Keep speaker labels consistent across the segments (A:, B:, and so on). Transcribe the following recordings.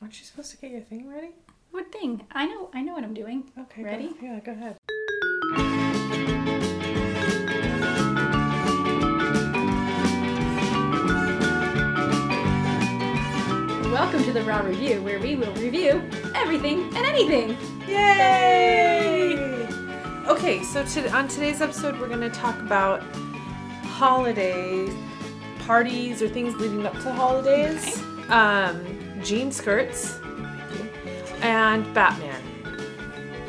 A: Aren't you supposed to get your thing ready?
B: What thing? I know. I know what I'm doing.
A: Okay. go-
B: Ready?
A: yeah, go ahead.
B: Welcome to the Raw Review, where we will review everything and anything.
A: Yay! Okay, so to, on today's episode, we're going to talk about holidays, parties, or things leading up to holidays, um, jean skirts, and Batman.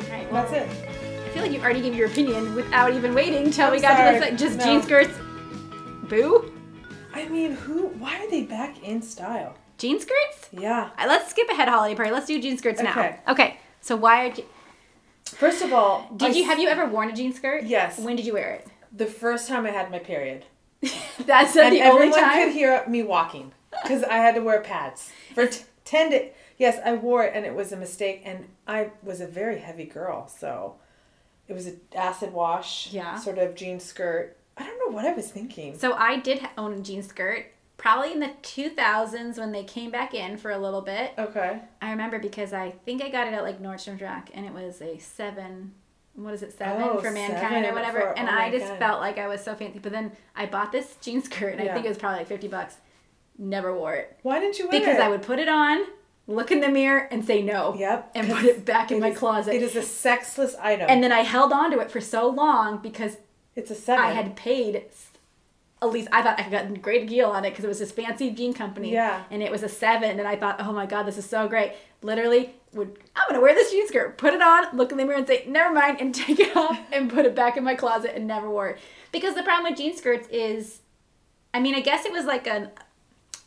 B: Alright, well,
A: That's it.
B: I feel like you already gave your opinion without even waiting till
A: I'm
B: we got to
A: sorry.
B: this. Like, just
A: No.
B: jean skirts. Boo.
A: I mean, who? Why are they back in style?
B: Jean skirts.
A: Yeah.
B: Uh, Let's skip ahead holiday party. Let's do jean skirts
A: Okay.
B: now. Okay. So why are je-
A: First of all,
B: did
A: I
B: you
A: s-
B: have you ever worn a jean skirt?
A: Yes.
B: When did you wear
A: the first time I had my period?
B: it? That's the
A: and
B: only
A: everyone could
B: time.
A: hear me walking because I had to wear pads for t- ten days. Yes, I wore it, and it was a mistake. And I was a very heavy girl, so it was an acid wash,
B: Yeah.
A: sort of jean skirt. I don't know what I was thinking.
B: So I did ha- own a jean skirt, probably in the 2000s when they came back in for a little bit.
A: Okay,
B: I remember because I think I got it at like Nordstrom Rack, and it was a seven. What is it, seven
A: Oh,
B: for mankind
A: seven
B: or whatever?
A: for-
B: and
A: oh my
B: I just
A: God.
B: felt like I was so fancy. But then I bought this jean skirt, and I
A: Yeah.
B: think it was probably like fifty bucks. Never wore it
A: why didn't you wear it?
B: because I would put it on, look in the mirror, and say no.
A: Yep,
B: And
A: 'cause
B: put it back in
A: it
B: my
A: is-
B: closet.
A: It is a sexless item,
B: and then I held on to it for so long because
A: it's a seven.
B: I had paid. s- At least I thought I got a great deal on it because it was this fancy jean company.
A: Yeah.
B: And it was a seven, and I thought, oh my god, this is so great. Literally, would I'm gonna wear this jean skirt, put it on, look in the mirror, and say, never mind, and take it off and put it back in my closet and never wore it. Because the problem with jean skirts is, I mean, I guess it was like a,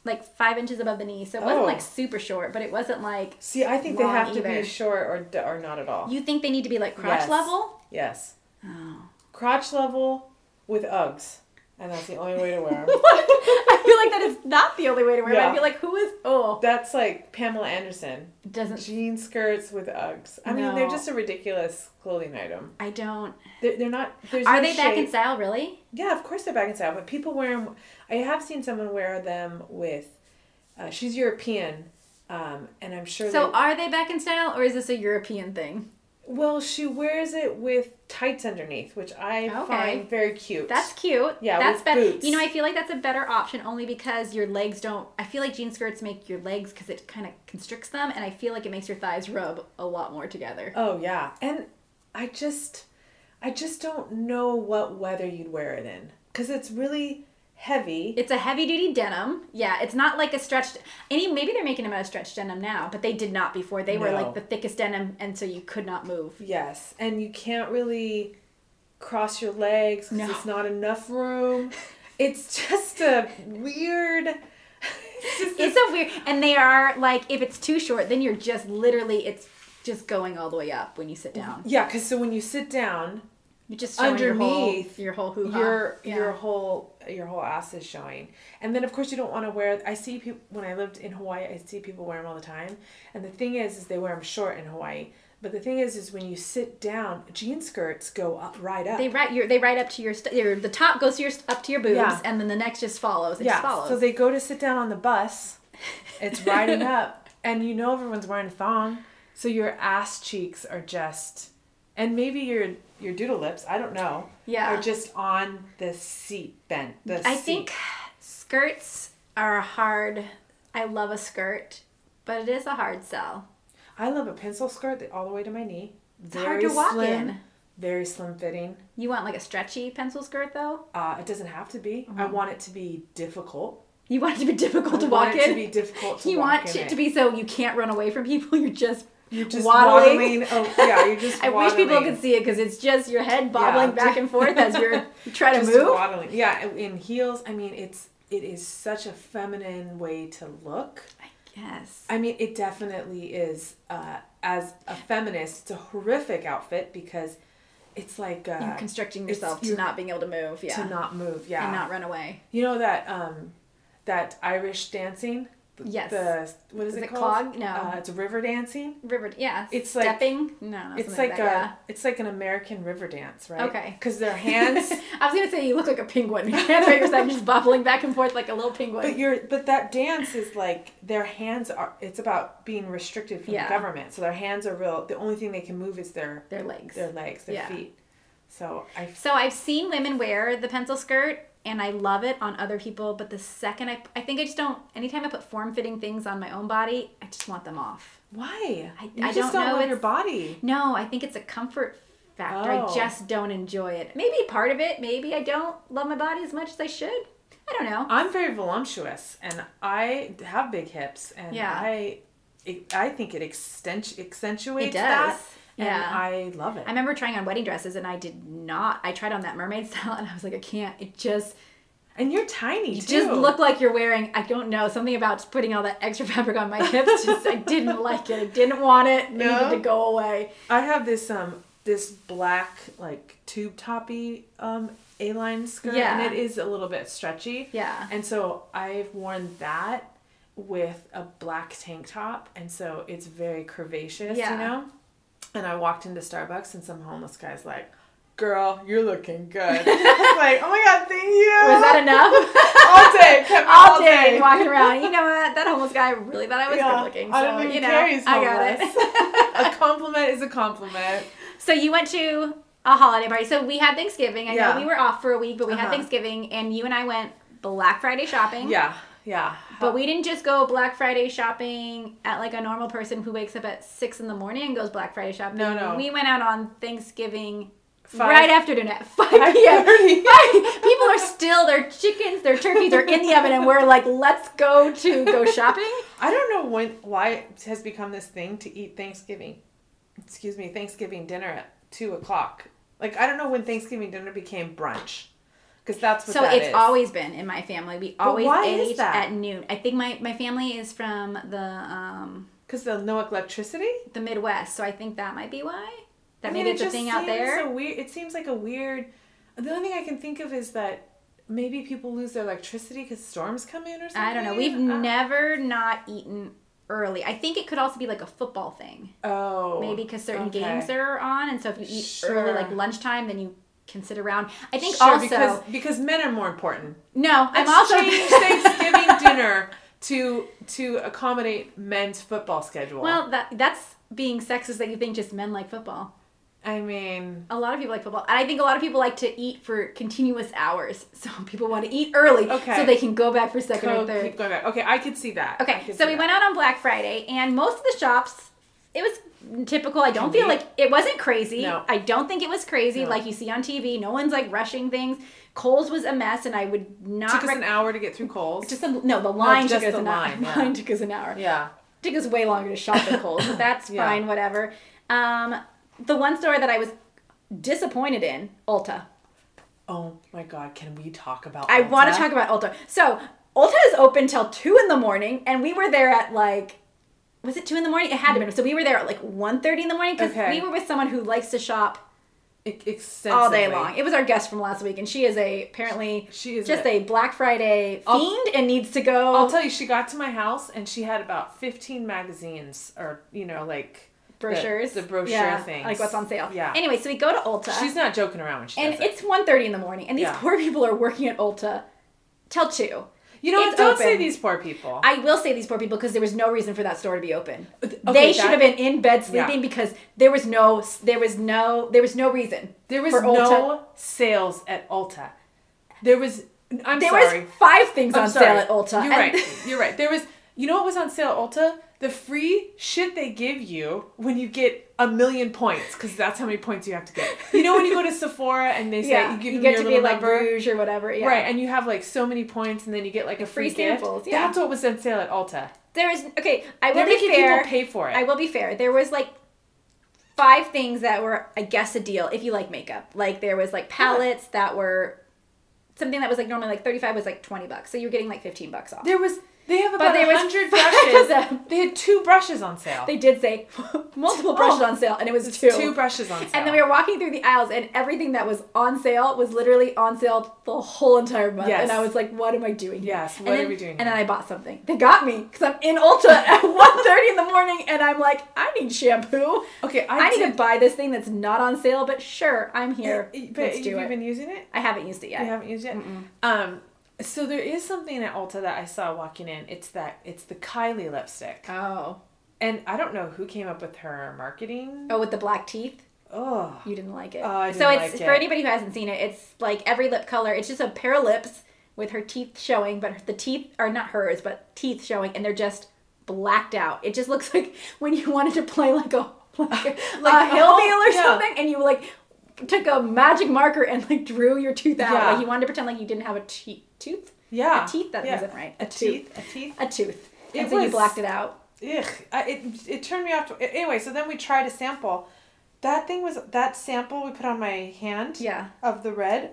B: like five inches above the knee, so it wasn't
A: Oh.
B: like super short, but it wasn't like
A: See, I think they
B: long
A: have to
B: either.
A: be short or d- or not at all.
B: you think they need to be like crotch
A: Yes.
B: level.
A: Yes,
B: Oh.
A: crotch level with Uggs, and that's the only way to wear them.
B: I feel like that is not the only way to wear. it, But I
A: Yeah.
B: feel like who is oh
A: That's like Pamela Anderson.
B: doesn't
A: Jean skirts with Uggs. I mean, they're
B: No.
A: just a ridiculous clothing item.
B: I don't.
A: They're, they're not. There's
B: Are
A: no
B: they back in
A: shape.
B: style, really?
A: Yeah, of course they're back in style. But people wear them. I have seen someone wear them with. Uh, she's European, um, and I'm sure.
B: So
A: they-
B: are they back in style, or is this a European thing?
A: well, she wears it with tights underneath, which I
B: Okay.
A: find very cute.
B: That's cute.
A: Yeah,
B: that's
A: with
B: better.
A: boots.
B: You know, I feel like that's a better option only because your legs don't. I feel like jean skirts make your legs because it kind of constricts them, and I feel like it makes your thighs rub a lot more together.
A: Oh yeah, and I just, I just don't know what weather you'd wear it in because it's really heavy.
B: It's a heavy duty denim. Yeah, it's not like a stretched. Any maybe they're making them out of stretched denim now, but they did not before. They were
A: No.
B: like the thickest denim, and so you could not move.
A: Yes, and you can't really cross your legs because
B: No.
A: it's not enough room. It's just a weird. It's just
B: It's
A: this-
B: so weird. And they are like, if it's too short, then you're just literally, it's just going all the way up when you sit down.
A: yeah, because so when you sit down,
B: You're just showing
A: Underneath,
B: your whole, your whole hoo
A: your your whole your whole ass is showing, and then of course you don't want to wear. I see people when I lived in Hawaii. I see people wear them all the time, and the thing is, is they wear them short in Hawaii. But the thing is, is when you sit down, jean skirts go up right up.
B: They right, your, they right up to your, st- your, the top goes to your st- up to your boobs,
A: Yeah.
B: and then the next just follows. It
A: Yeah.
B: just follows.
A: So they go to sit down on the bus. It's riding up, and you know everyone's wearing a thong, so your ass cheeks are just, and maybe your your doodle lips. I don't know.
B: Yeah.
A: Are just on the seat bent. The
B: I
A: seat.
B: think skirts are a hard. I love a skirt, but it is a hard sell.
A: I love a pencil skirt that all the way to my knee.
B: It's hard to walk
A: slim,
B: in.
A: Very slim fitting.
B: You want like a stretchy pencil skirt though.
A: Uh, it doesn't have to be. I want it to be difficult.
B: You want it to be difficult Uh-huh. to
A: I
B: walk
A: want
B: in.
A: it to be difficult to
B: you
A: walk
B: want
A: in
B: it
A: it.
B: to be so you can't run away from people. You're just
A: You're just
B: waddling.
A: waddling. Oh, yeah, you're just
B: I wish people
A: waddling.
B: could see it because it's just your head bobbling
A: Yeah.
B: back and forth as you're you try to
A: Just
B: move.
A: waddling. Yeah, in heels. I mean, it's it is such a feminine way to look.
B: Yes.
A: I mean, it definitely is. Uh, as a feminist, it's a horrific outfit because it's like uh,
B: You're constricting
A: it's-
B: yourself to
A: you're-
B: not being able to move. Yeah.
A: to not move. Yeah,
B: And not run away.
A: You know that um that Irish dancing? The,
B: Yes.
A: The, what is,
B: Is
A: it,
B: it
A: called?
B: clog? No.
A: Uh, it's river dancing.
B: River, yeah.
A: It's like-
B: stepping. no, no,
A: It's
B: something
A: like, a,
B: that,
A: it's like an American river dance, right?
B: Okay.
A: Because their
B: yeah.
A: hands,
B: I was gonna say you look like a penguin. You can't figure yourself just bobbling back and forth like a little penguin.
A: but your, but that dance is like their hands are. It's about being restricted from
B: Yeah.
A: the government, so their hands are real. The only thing they can move is their
B: Their legs.
A: their legs, their
B: Yeah.
A: feet. So I
B: So I've seen women wear the pencil skirt and I love it on other people, but the second I, I think I just don't, anytime I put form fitting things on my own body, I just want them off.
A: why
B: I-
A: you
B: I
A: just
B: don't
A: don't
B: know,
A: love
B: it's-
A: your body.
B: No, I think it's a comfort factor.
A: Oh.
B: I just don't enjoy it. Maybe part of it, maybe I don't love my body as much as I should. I don't know.
A: I'm very voluptuous, and I have big hips, and
B: Yeah.
A: I, it, I think it extens- accentuates
B: It does.
A: that, and
B: Yeah.
A: I love it.
B: I remember trying on wedding dresses and I did not. I tried on that mermaid style and I was like, I can't. It just,
A: and you're tiny
B: you
A: too.
B: just look like you're wearing. I don't know something about just putting all that extra fabric on my hips. Just I didn't like it. I didn't want it. It
A: No?
B: needed to go away.
A: I have this um this black like tube toppy um a line skirt,
B: Yeah.
A: and it is a little bit stretchy.
B: Yeah.
A: And so I've worn that with a black tank top, and so it's very curvaceous,
B: Yeah.
A: you know. And I walked into Starbucks, and some homeless guy's like, "Girl, you're looking good." I was like, "Oh my god, thank you."
B: Was that enough?
A: all day? Kept me
B: All day walking around. You know what? That homeless guy really thought I was
A: Yeah.
B: good looking. So
A: I don't even
B: you know,
A: care he's
B: I got
A: homeless.
B: it.
A: a compliment is a compliment.
B: So you went to a holiday party. So we had Thanksgiving. I
A: Yeah.
B: know we were off for a week, but we had
A: Uh-huh.
B: Thanksgiving, and you and I went Black Friday shopping.
A: Yeah, yeah.
B: But we didn't just go Black Friday shopping at like a normal person who wakes up at six in the morning and goes Black Friday shopping.
A: No, no.
B: We went out on Thanksgiving
A: Five-
B: right after dinner at 5
A: Five
B: p.m.
A: thirty.
B: People are still, their chickens, their turkeys are in the oven, and we're like, let's go to go shopping.
A: I don't know when why it has become this thing to eat Thanksgiving, excuse me, Thanksgiving dinner at two o'clock. Like I don't know when Thanksgiving dinner became brunch, because that's what
B: So
A: that
B: it's
A: is.
B: always been in my family. We always
A: why is
B: ate
A: that?
B: at noon. I think my, my family is from the um,
A: because there's no electricity.
B: the Midwest, so I think that might be why. That
A: I mean,
B: maybe it's
A: it
B: a
A: just
B: thing out
A: seems
B: there.
A: So weird. It seems like a weird. The only thing I can think of is that maybe people lose their electricity because storms come in or something.
B: I don't know. We've
A: Uh,
B: never not eaten early. I think it could also be like a football thing.
A: Oh,
B: Maybe because certain
A: okay.
B: games are on, and so if you eat
A: Sure.
B: early, like lunchtime, then you can sit around. I think
A: Sure,
B: also
A: because because men are more important.
B: no, I'm
A: Let's
B: also
A: change Thanksgiving dinner to to accommodate men's football schedule.
B: well. That that's being sexist that you think just men like football.
A: I mean,
B: A lot of people like football, and I think a lot of people like to eat for continuous hours. So people want to eat early,
A: Okay.
B: so they can go back for second
A: go,
B: or third.
A: keep going back. Okay, I could see that. I
B: Okay,
A: could
B: so
A: see
B: we
A: that.
B: went out on Black Friday, and most of the shops, it was typical. I don't feel like it wasn't crazy.
A: No.
B: I don't think it was crazy
A: No.
B: like you see on TV. No one's like rushing things. Coles was a mess, and I would not.
A: Took us an hour to get through Coles.
B: just a, no, the line
A: just
B: took us
A: the
B: an
A: line,
B: hour.
A: yeah.
B: Line took us an hour.
A: yeah.
B: Took us way longer to shop than Coles, but that's
A: Yeah.
B: fine. Whatever. Um, the one store that I was disappointed in, Ulta.
A: Oh my God, can we talk about?
B: I want
A: Ulta?
B: to talk about Ulta. So Ulta is open till two in the morning, and we were there at like, was it two in the morning? It had to have been. So we were there at like 1.30 in the morning because
A: Okay.
B: we were with someone who likes to shop
A: E- extensively.
B: all day long. It was our guest from last week, and she is a apparently
A: She is
B: just
A: a-
B: a Black Friday fiend and needs to go.
A: I'll tell you, she got to my house and she had about fifteen magazines, or you know, like the-
B: brochures,
A: the, brochure
B: Yeah,
A: things,
B: like what's on sale.
A: Yeah.
B: Anyway, so we go to Ulta,
A: she's not joking around when she
B: and
A: does it.
B: it's 1.30 in the morning, and these
A: Yeah.
B: poor people are working at Ulta till two.
A: You know, what?
B: it's
A: don't say
B: open.
A: these poor people.
B: I will say these poor people because there was no reason for that store to be open.
A: Okay,
B: they
A: that-
B: should have been in bed sleeping
A: Yeah.
B: because there was no there was no there was no reason.
A: there was
B: for
A: no
B: Ulta.
A: sales at Ulta. There was. I'm
B: There
A: sorry.
B: was five things on
A: sorry.
B: sale at Ulta.
A: You're
B: and-
A: right. You're right. There was. You know what was on sale at Ulta? The free shit they give you when you get a million points, because that's how many points you have to get. You know when you go to Sephora and they say
B: yeah,
A: you give them
B: you get
A: your
B: to be
A: little
B: like
A: number,
B: Rouge or whatever. Yeah.
A: right? And you have like so many points, and then you get like a free,
B: Free
A: gift.
B: samples, yeah.
A: That's what was on sale at Ulta.
B: There is okay. I will
A: They're
B: be
A: making
B: fair.
A: people pay for it.
B: I will be fair. There was like five things that were I guess a deal if you like makeup. Like there was like palettes that were something that was like normally like thirty five was like twenty bucks. So you were getting like fifteen bucks off.
A: there was They have
B: But
A: about
B: there was
A: hundred
B: five of
A: brushes.
B: them.
A: They had two brushes on sale.
B: They did say multiple brushes on sale, and it was two.
A: two brushes on sale.
B: and then we were walking through the aisles, and everything that was on sale was literally on sale the whole entire month.
A: Yes.
B: And I was like, "What am I doing?" Here?
A: Yes,
B: And
A: what are
B: then-
A: we doing
B: And
A: here?
B: then I bought something. They got me because I'm in Ulta at 1.30 in the morning, and I'm like, "I need shampoo.
A: okay, I,
B: I, need
A: did,
B: to buy this thing that's not on sale." But sure, I'm here.
A: But
B: Let's do
A: you've
B: it.
A: been using it.
B: I haven't used it yet.
A: You haven't used it. Um, so there is something at Ulta that I saw walking in. It's that it's the Kylie lipstick,
B: Oh.
A: and I don't know who came up with her marketing.
B: Oh, with the black teeth.
A: Oh,
B: You didn't like it.
A: Oh, I didn't
B: so it's
A: like
B: for
A: it.
B: anybody who hasn't seen it. It's like every lip color. It's just a pair of lips with her teeth showing, but the teeth are not hers, but teeth showing, and they're just blacked out. It just looks like when you wanted to play like a like, a-
A: Like
B: a
A: a
B: hillbilly
A: whole-
B: or
A: yeah.
B: something, and you like took a magic marker and like drew your tooth out.
A: Yeah.
B: Like you wanted to pretend like you didn't have a te- tooth,
A: yeah,
B: a teeth that
A: yeah.
B: not right,
A: A,
B: tooth.
A: teeth, a teeth.
B: a tooth, and
A: It
B: so you
A: was-
B: blacked it out.
A: Ugh, I, it it turned me off. To, anyway, so then we tried a sample. That thing was that sample we put on my hand.
B: Yeah.
A: Of the red,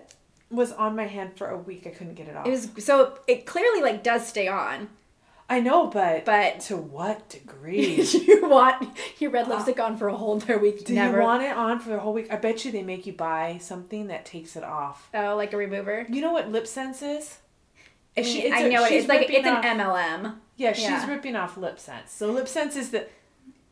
A: was on my hand for a week. I couldn't get it off.
B: It was so it clearly like does stay on,
A: I know, but
B: but
A: to what degree?
B: you want your red lipstick on for a whole entire week.
A: Do
B: Never.
A: you want it on for the whole week? I bet you they make you buy something that takes it off.
B: oh, like a remover?
A: You know what lip sense is?
B: I,
A: She-
B: mean,
A: it's
B: I
A: a-
B: know it.
A: she's
B: It's like
A: ripping
B: it's an
A: off-
B: MLM.
A: Yeah, she's
B: Yeah.
A: ripping off lip sense. So lip sense is the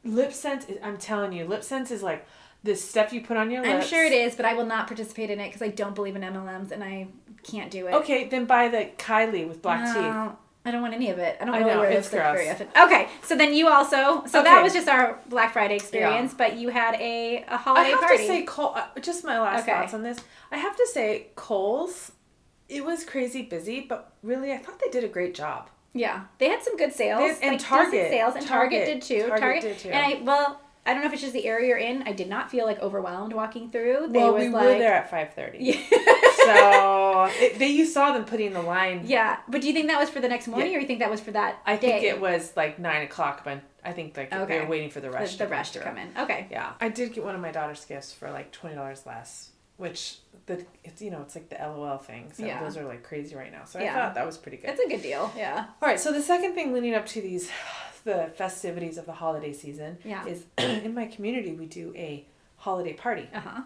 A: lip sense is I'm telling you, lip sense is like the stuff you put on your lips.
B: I'm sure it is, but I will not participate in it because I don't believe in MLMs and I can't do it.
A: Okay, then buy the Kylie with black teeth.
B: No, Uh, I don't want any of it. I don't
A: I
B: really
A: know,
B: wear
A: it's
B: lipstick very
A: gross.
B: often. Okay, so then you also. So that
A: Okay.
B: was just our Black Friday experience, but you had a, a
A: I
B: holiday
A: have
B: party.
A: to say, Cole. uh, Just my last
B: Okay.
A: thoughts on this. I have to say, Cole's. It was crazy busy, but really, I thought they did a great job.
B: Yeah, they had some good sales
A: They- and
B: decent
A: Target.
B: sales, and Target,
A: Target.
B: did too. Target,
A: Target did too.
B: And I well, I don't know if it's just the area you're in. I did not feel like overwhelmed walking through. They
A: well,
B: was
A: we
B: like,
A: were there at five thirty.
B: Yeah.
A: so it, they, you saw them putting the line.
B: yeah, but do you think that was for the next morning, or you think that was for that?
A: I think
B: day?
A: it was like nine o'clock, but I think like
B: Okay.
A: they were waiting for the rush.
B: the, the rush to
A: through.
B: come in. Okay.
A: Yeah, I did get one of my daughter's gifts for like twenty dollars less, which the it's you know it's like the LOL thing. So
B: Yeah.
A: those are like crazy right now. So
B: Yeah.
A: I thought that was pretty good.
B: It's a good deal. Yeah.
A: All right. So the second thing leading up to these, the festivities of the holiday season,
B: Yeah.
A: is in my community we do a holiday party.
B: Uh huh.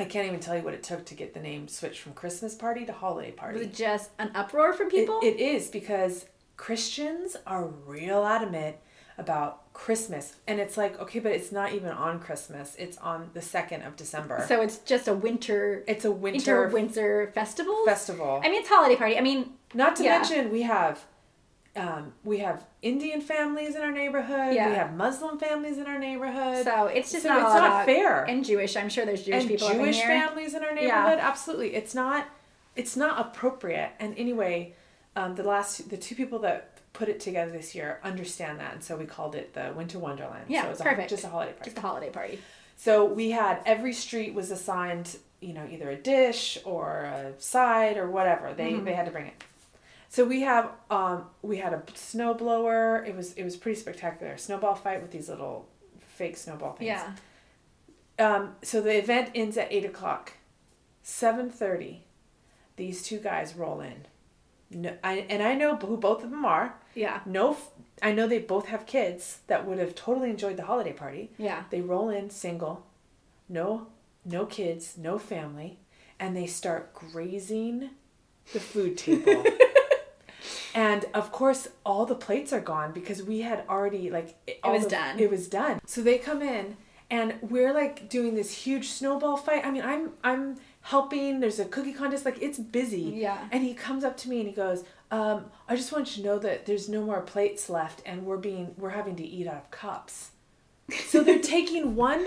A: I can't even tell you what it took to get the name switched from Christmas party to holiday party.
B: Was it just an uproar from people?
A: It, it is because Christians are real adamant about Christmas. And it's like, okay, but it's not even on Christmas. It's on the 2nd of December.
B: so it's just a winter
A: it's a
B: winter
A: winter
B: winter festival.
A: festival.
B: I mean, it's holiday party. I mean,
A: not to
B: yeah.
A: mention we have um, we have Indian families in our neighborhood.
B: Yeah.
A: We have Muslim families in our neighborhood.
B: so it's just
A: So
B: not
A: it's
B: all
A: not
B: about-
A: fair.
B: And Jewish, I'm sure there's Jewish
A: and
B: people
A: Jewish
B: up in here.
A: families in our neighborhood. Absolutely, it's not it's not appropriate. And anyway, um, the last the two people that put it together this year understand that, and so we called it the Winter Wonderland.
B: Yeah,
A: so it was
B: perfect.
A: A, just a holiday party.
B: Just a holiday party.
A: So we had every street was assigned, you know, either a dish or a side or whatever. They
B: Mm-hmm.
A: they had to bring it. So we have um we had a snow blower. It was it was pretty spectacular. Snowball fight with these little fake snowball things.
B: Yeah.
A: Um, so the event ends at eight o'clock. Seven thirty, these two guys roll in. No, I, and I know who both of them are.
B: Yeah.
A: No, f- I know they both have kids that would have totally enjoyed the holiday party.
B: Yeah.
A: They roll in single, no, no kids, no family, and they start grazing the food table. and of course, all the plates are gone because we had already like it all
B: was
A: the-
B: done.
A: It was done. So they come in and we're like doing this huge snowball fight. I mean, I'm I'm helping. There's a cookie contest. Like it's busy.
B: Yeah.
A: And he comes up to me and he goes, um, "I just want you to know that there's no more plates left, and we're being we're having to eat out of cups." So they're taking one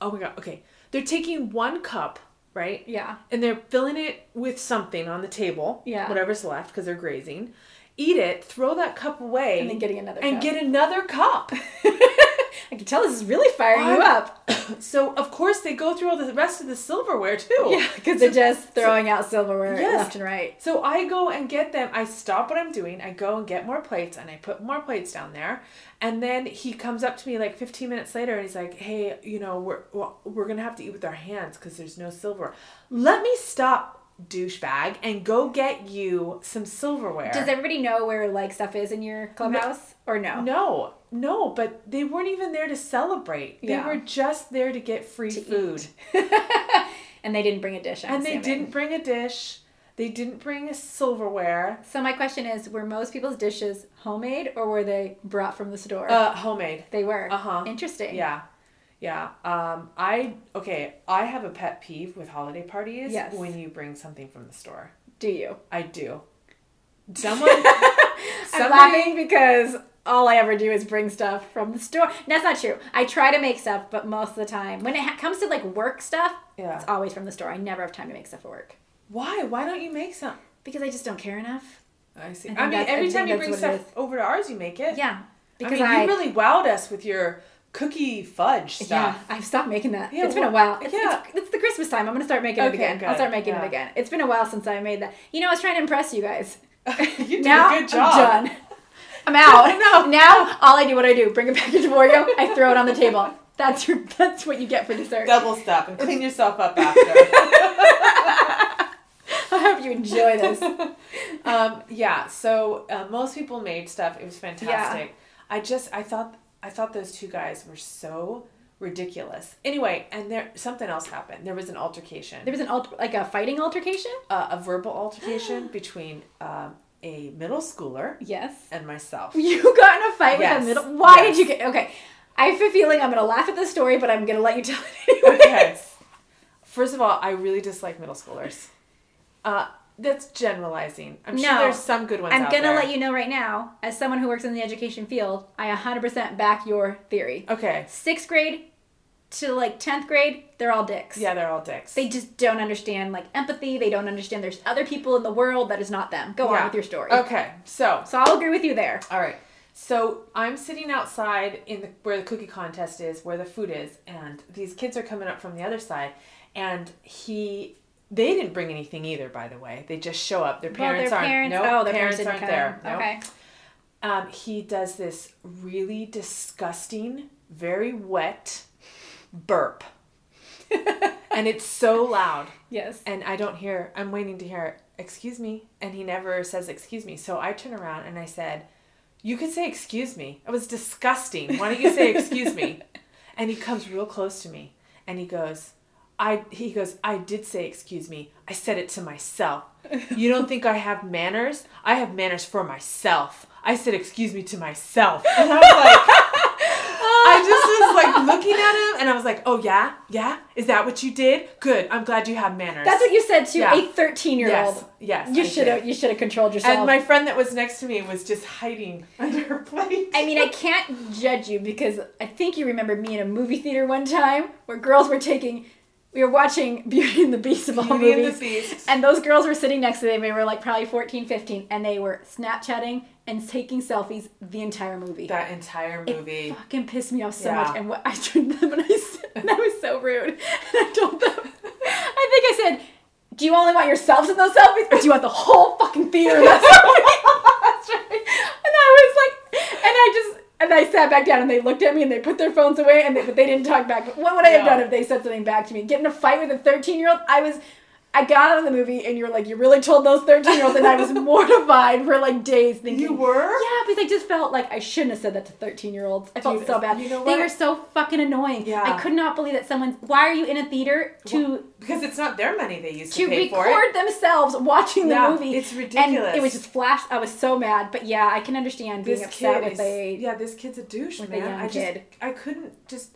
A: oh my god, okay. They're taking one cup, right?
B: Yeah.
A: And they're filling it with something on the table.
B: Yeah.
A: Whatever's left because they're grazing. Eat it, throw that cup away,
B: And then getting another
A: and
B: cup.
A: get another cup.
B: I can tell this is really firing
A: I'm-
B: you up.
A: so of course they go through all the rest of the silverware too.
B: Yeah, because they're just throwing out silverware
A: Oh. Yes.
B: left and right.
A: So I go and get them. I stop what I'm doing. I go and get more plates and I put more plates down there. And then he comes up to me like 15 minutes later and he's like, "Hey, you know, we're well, we're going to have to eat with our hands cuz there's no silver." Let me stop douchebag and go get you some silverware.
B: Does everybody know where like stuff is in your clubhouse or no?
A: no, no, but they weren't even there to celebrate.
B: Yeah.
A: They were just there to get free
B: To
A: food.
B: and they didn't bring a dish. I'm
A: And they
B: assuming.
A: didn't bring a dish. They didn't bring a silverware.
B: So my question is, were most people's dishes homemade or were they brought from the store?
A: Uh, homemade.
B: they were.
A: uh-huh.
B: Interesting.
A: Yeah. Yeah. Um, I okay, I have a pet peeve with holiday parties
B: Yes.
A: when you bring something from the store.
B: Do you?
A: I do. Someone
B: I'm
A: somebody-
B: laughing because all I ever do is bring stuff from the store. That's not true. I try to make stuff, but most of the time, when it ha- comes to like work stuff,
A: Yeah.
B: it's always from the store. I never have time to make stuff for work
A: Why? Why don't you make some?
B: because I just don't care enough.
A: I see.
B: I
A: I,
B: think
A: mean,
B: that's- I
A: every
B: think
A: time you
B: that's
A: bring
B: what it
A: stuff over to ours, you make it.
B: Yeah, because
A: I mean,
B: I,
A: you really wowed us with your cookie fudge
B: yeah,
A: stuff.
B: I've stopped making that.
A: Yeah,
B: it's been a
A: well,
B: while. It's,
A: yeah.
B: it's, it's the Christmas time. I'm gonna start making it
A: Okay,
B: again. I'll
A: good.
B: start making
A: Yeah.
B: it again. It's been a while since I made that. You know, I was trying to impress you guys.
A: you did
B: now
A: a good job.
B: I'm done. I'm out.
A: No.
B: Now all I do what I do, bring a package of Oreo, I throw it on the table. That's your that's what you get for dessert.
A: Double step and clean yourself up after.
B: I hope you enjoy this.
A: um, yeah. So uh, most people made stuff. It was fantastic. I just I thought I thought those two guys were so ridiculous. Anyway, and there something else happened. There was an altercation.
B: There was an alter, like a fighting altercation?
A: uh, a verbal altercation between um, a middle schooler
B: Yes.
A: and myself.
B: You got in a fight
A: Yes.
B: with a middle why
A: Yes.
B: did you get okay. I have a feeling I'm gonna laugh at this story, but I'm gonna let you tell it anyway.
A: okay. First of all, I really dislike middle schoolers. Uh, that's generalizing. I'm sure
B: No.
A: there's some good ones.
B: I'm
A: out
B: gonna
A: there.
B: let you know right now, as someone who works in the education field, I 100% back your theory.
A: Okay.
B: Sixth grade to like 10th grade, they're all dicks.
A: Yeah, they're all dicks.
B: They just don't understand like empathy. They don't understand there's other people in the world that is not them. Go on
A: Yeah.
B: with your story.
A: Okay. So,
B: So I'll agree with you there.
A: all right. So I'm sitting outside in the where the cookie contest is, where the food is, and these kids are coming up from the other side, and he. They didn't bring anything either, by the way. They just show up. Their parents
B: their
A: aren't.
B: parents,
A: no,
B: oh, their parents, didn't come.
A: aren't there. No.
B: Okay.
A: um, he does this really disgusting, very wet burp. and it's so loud.
B: Yes.
A: And I don't hear, I'm waiting to hear, excuse me. And he never says, excuse me. So I turn around and I said, you could say, excuse me. It was disgusting. Why don't you say, excuse me? And he comes real close to me and he goes, I, he goes, I did say, excuse me. I said it to myself. You don't think I have manners? I have manners for myself. I said, excuse me to myself. And I was like, I just was like looking at him and I was like, oh yeah, yeah, is that what you did? Good, I'm glad you have manners.
B: That's what you said to
A: Yeah.
B: a 13 year old.
A: Yes, yes.
B: You
A: I
B: should
A: did.
B: have. You should have controlled yourself.
A: And my friend that was next to me was just hiding under her plate.
B: I mean, I can't judge you because I think you remember me in a movie theater one time where girls were taking, we were watching Beauty and the Beast of all
A: Beauty and the
B: movies.
A: Beast.
B: And those girls were sitting next to them. They were like probably 14, 15, and they were Snapchatting and taking selfies the entire movie.
A: that entire movie.
B: It fucking pissed me off so
A: Yeah.
B: much. And what I turned to them and I said, and that was so rude. And I told them, I think I said, do you only want yourselves in those selfies or do you want the whole fucking theater in that selfie? And I was like, and I just, and I sat back down and they looked at me and they put their phones away and they, but they didn't talk back. But what would I have
A: No.
B: done if they said something back to me? Get in a fight with a 13 year old? I was, I got out of the movie and you're like, you really told those 13 year olds and I was mortified for like days thinking.
A: you were?
B: Yeah, because I just felt like I shouldn't have said that to 13 year olds. I felt
A: Dude,
B: so bad.
A: you know
B: They
A: what?
B: are so fucking annoying.
A: Yeah.
B: I could not believe that someone's. Why are you in a theater to
A: Because it's not their money they used to,
B: to
A: pay for it.
B: record themselves watching the
A: Yeah,
B: movie?
A: it's ridiculous.
B: And it was just flash. I was so mad. But yeah, I can understand being
A: This
B: upset
A: kid
B: with
A: is,
B: a.
A: yeah, this kid's a douche,
B: with a
A: man.
B: young
A: I just,
B: kid.
A: I couldn't just.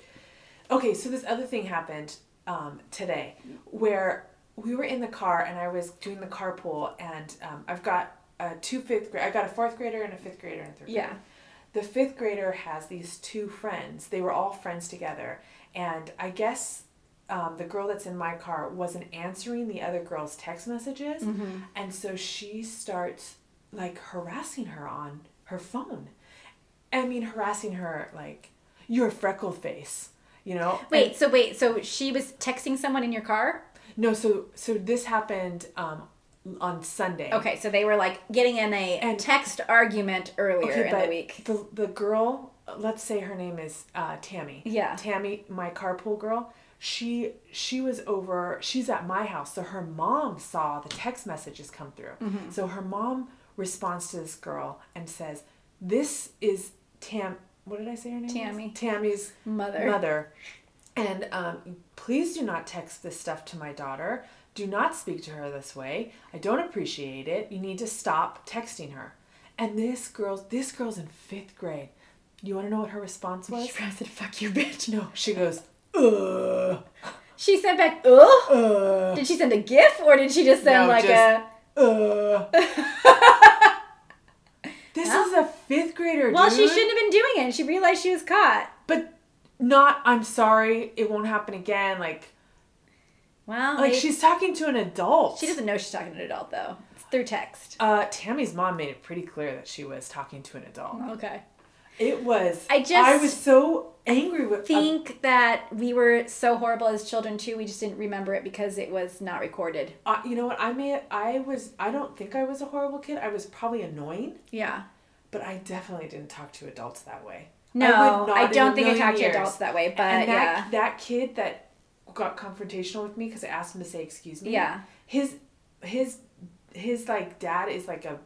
A: Okay, so this other thing happened um, today, where we were in the car and I was doing the carpool, and um, I've got uh, two fifth grade. I got a fourth grader and a fifth grader and a third.
B: Yeah.
A: Grader. The fifth grader has these two friends. They were all friends together, and I guess. Um, the girl that's in my car wasn't answering the other girl's text messages,
B: Mm-hmm.
A: and so she starts like harassing her on her phone. I mean, harassing her like your freckle face, you know.
B: Wait, so wait, so she was texting someone in your car?
A: No, so so this happened um, on Sunday.
B: Okay, so they were like getting in a
A: And-
B: text argument earlier
A: Okay,
B: in
A: but
B: the week.
A: the the girl, let's say her name is uh, Tammy.
B: Yeah.
A: Tammy, my carpool girl. she she was over she's at my house so her mom saw the text messages come through
B: Mm-hmm.
A: so her mom responds to this girl and says this is tam what did i say her name was?
B: Tammy.
A: tammy's
B: Mother.
A: mother and um, please do not text this stuff to my daughter do not speak to her this way i don't appreciate it you need to stop texting her and this girl's this girl's in fifth grade you want to know what her response was
B: She probably said, "Fuck you, bitch."
A: no she goes ugh
B: She sent back, "Ugh."
A: uh,
B: Did she send a GIF or did she just send
A: No,
B: like
A: just-
B: a?
A: uh. this
B: Well-
A: is a fifth grader.
B: Well, she
A: dude.
B: shouldn't have been doing it. She realized she was caught.
A: But not. I'm sorry. It won't happen again. Like,
B: Well,
A: like
B: maybe-
A: she's talking to an adult.
B: she doesn't know she's talking to an adult though. It's through text.
A: Uh, Tammy's mom made it pretty clear that she was talking to an adult.
B: Okay.
A: It was.
B: I just
A: I was so angry with. uh,
B: Think that we were so horrible as children too. We just didn't remember it because it was not recorded.
A: uh, you know what? I may. I was. I don't think I was a horrible kid. I was probably annoying,
B: Yeah.
A: but I definitely didn't talk to adults that way.
B: No,
A: would not
B: I,
A: in a
B: don't think I
A: million
B: talked
A: years.
B: to adults that way, but
A: and that
B: yeah.
A: that kid that got confrontational with me because I asked him to say excuse me.
B: Yeah.
A: His his his like dad is like a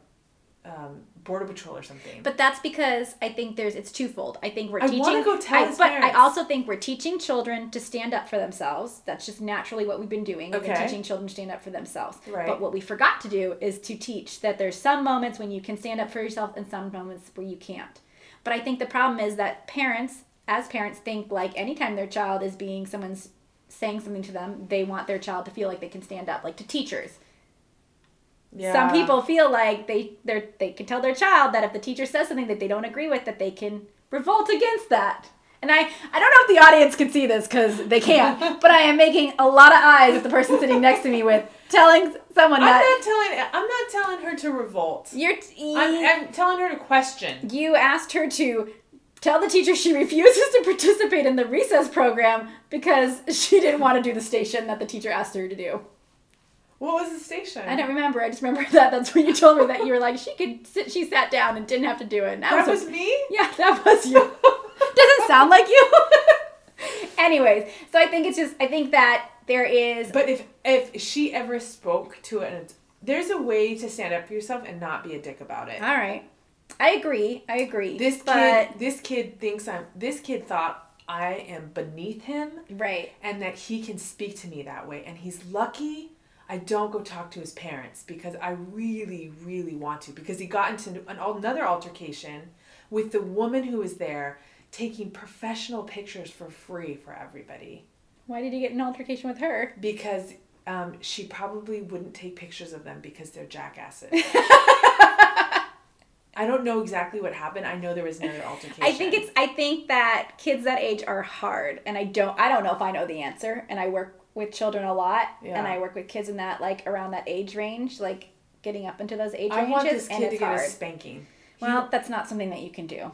A: um, border patrol or something.
B: But that's because I think there's it's twofold. I think we're
A: I
B: teaching.
A: wanna go tell
B: I-
A: his
B: but
A: parents.
B: I also think we're teaching children to stand up for themselves. That's just naturally what we've been doing. We've
A: Okay.
B: been teaching children to stand up for themselves.
A: Right.
B: But what we forgot to do is to teach that there's some moments when you can stand up for yourself and some moments where you can't. But I think the problem is that parents, as parents, think like anytime their child is being someone's saying something to them, they want their child to feel like they can stand up, like to teachers.
A: yeah.
B: Some people feel like they they they can tell their child that if the teacher says something that they don't agree with, that they can revolt against that. And I I don't know if the audience can see this because they can't, but I am making a lot of eyes at the person sitting next to me with telling someone
A: I'm
B: that
A: not telling. I'm not telling her to revolt.
B: you're
A: I'm, I'm telling her to question.
B: you asked her to tell the teacher she refuses to participate in the recess program because she didn't want to do the station that the teacher asked her to do.
A: What was the station?
B: I don't remember. I just remember that that's when you told me that you were like she could sit, she sat down and didn't have to do it. And I
A: That
B: was
A: was me.
B: Yeah, that was you. Doesn't sound like you. Anyways, so I think it's just I think that there is
A: But if if she ever spoke to an, there's a way to stand up for yourself and not be a dick about it.
B: all right. I agree. I agree.
A: This
B: but
A: kid, this kid thinks I'm. This kid thought I am beneath him,
B: right.
A: and that he can speak to me that way. And he's lucky. I don't go talk to his parents because I really, really want to. Because he got into an, another altercation with the woman who was there taking professional pictures for free for everybody
B: Why did you get an altercation with her?
A: because um, she probably wouldn't take pictures of them because they're jackasses. I don't know exactly what happened. I know there was another altercation.
B: I think it's I think that kids that age are hard and I don't I don't know if I know the answer and I work with children a lot
A: Yeah.
B: and I work with kids in that like around that age range like getting up into those age
A: I
B: ranges
A: want this
B: and
A: kid
B: it's
A: to get
B: hard.
A: a spanking.
B: Well, that's not something that you can do.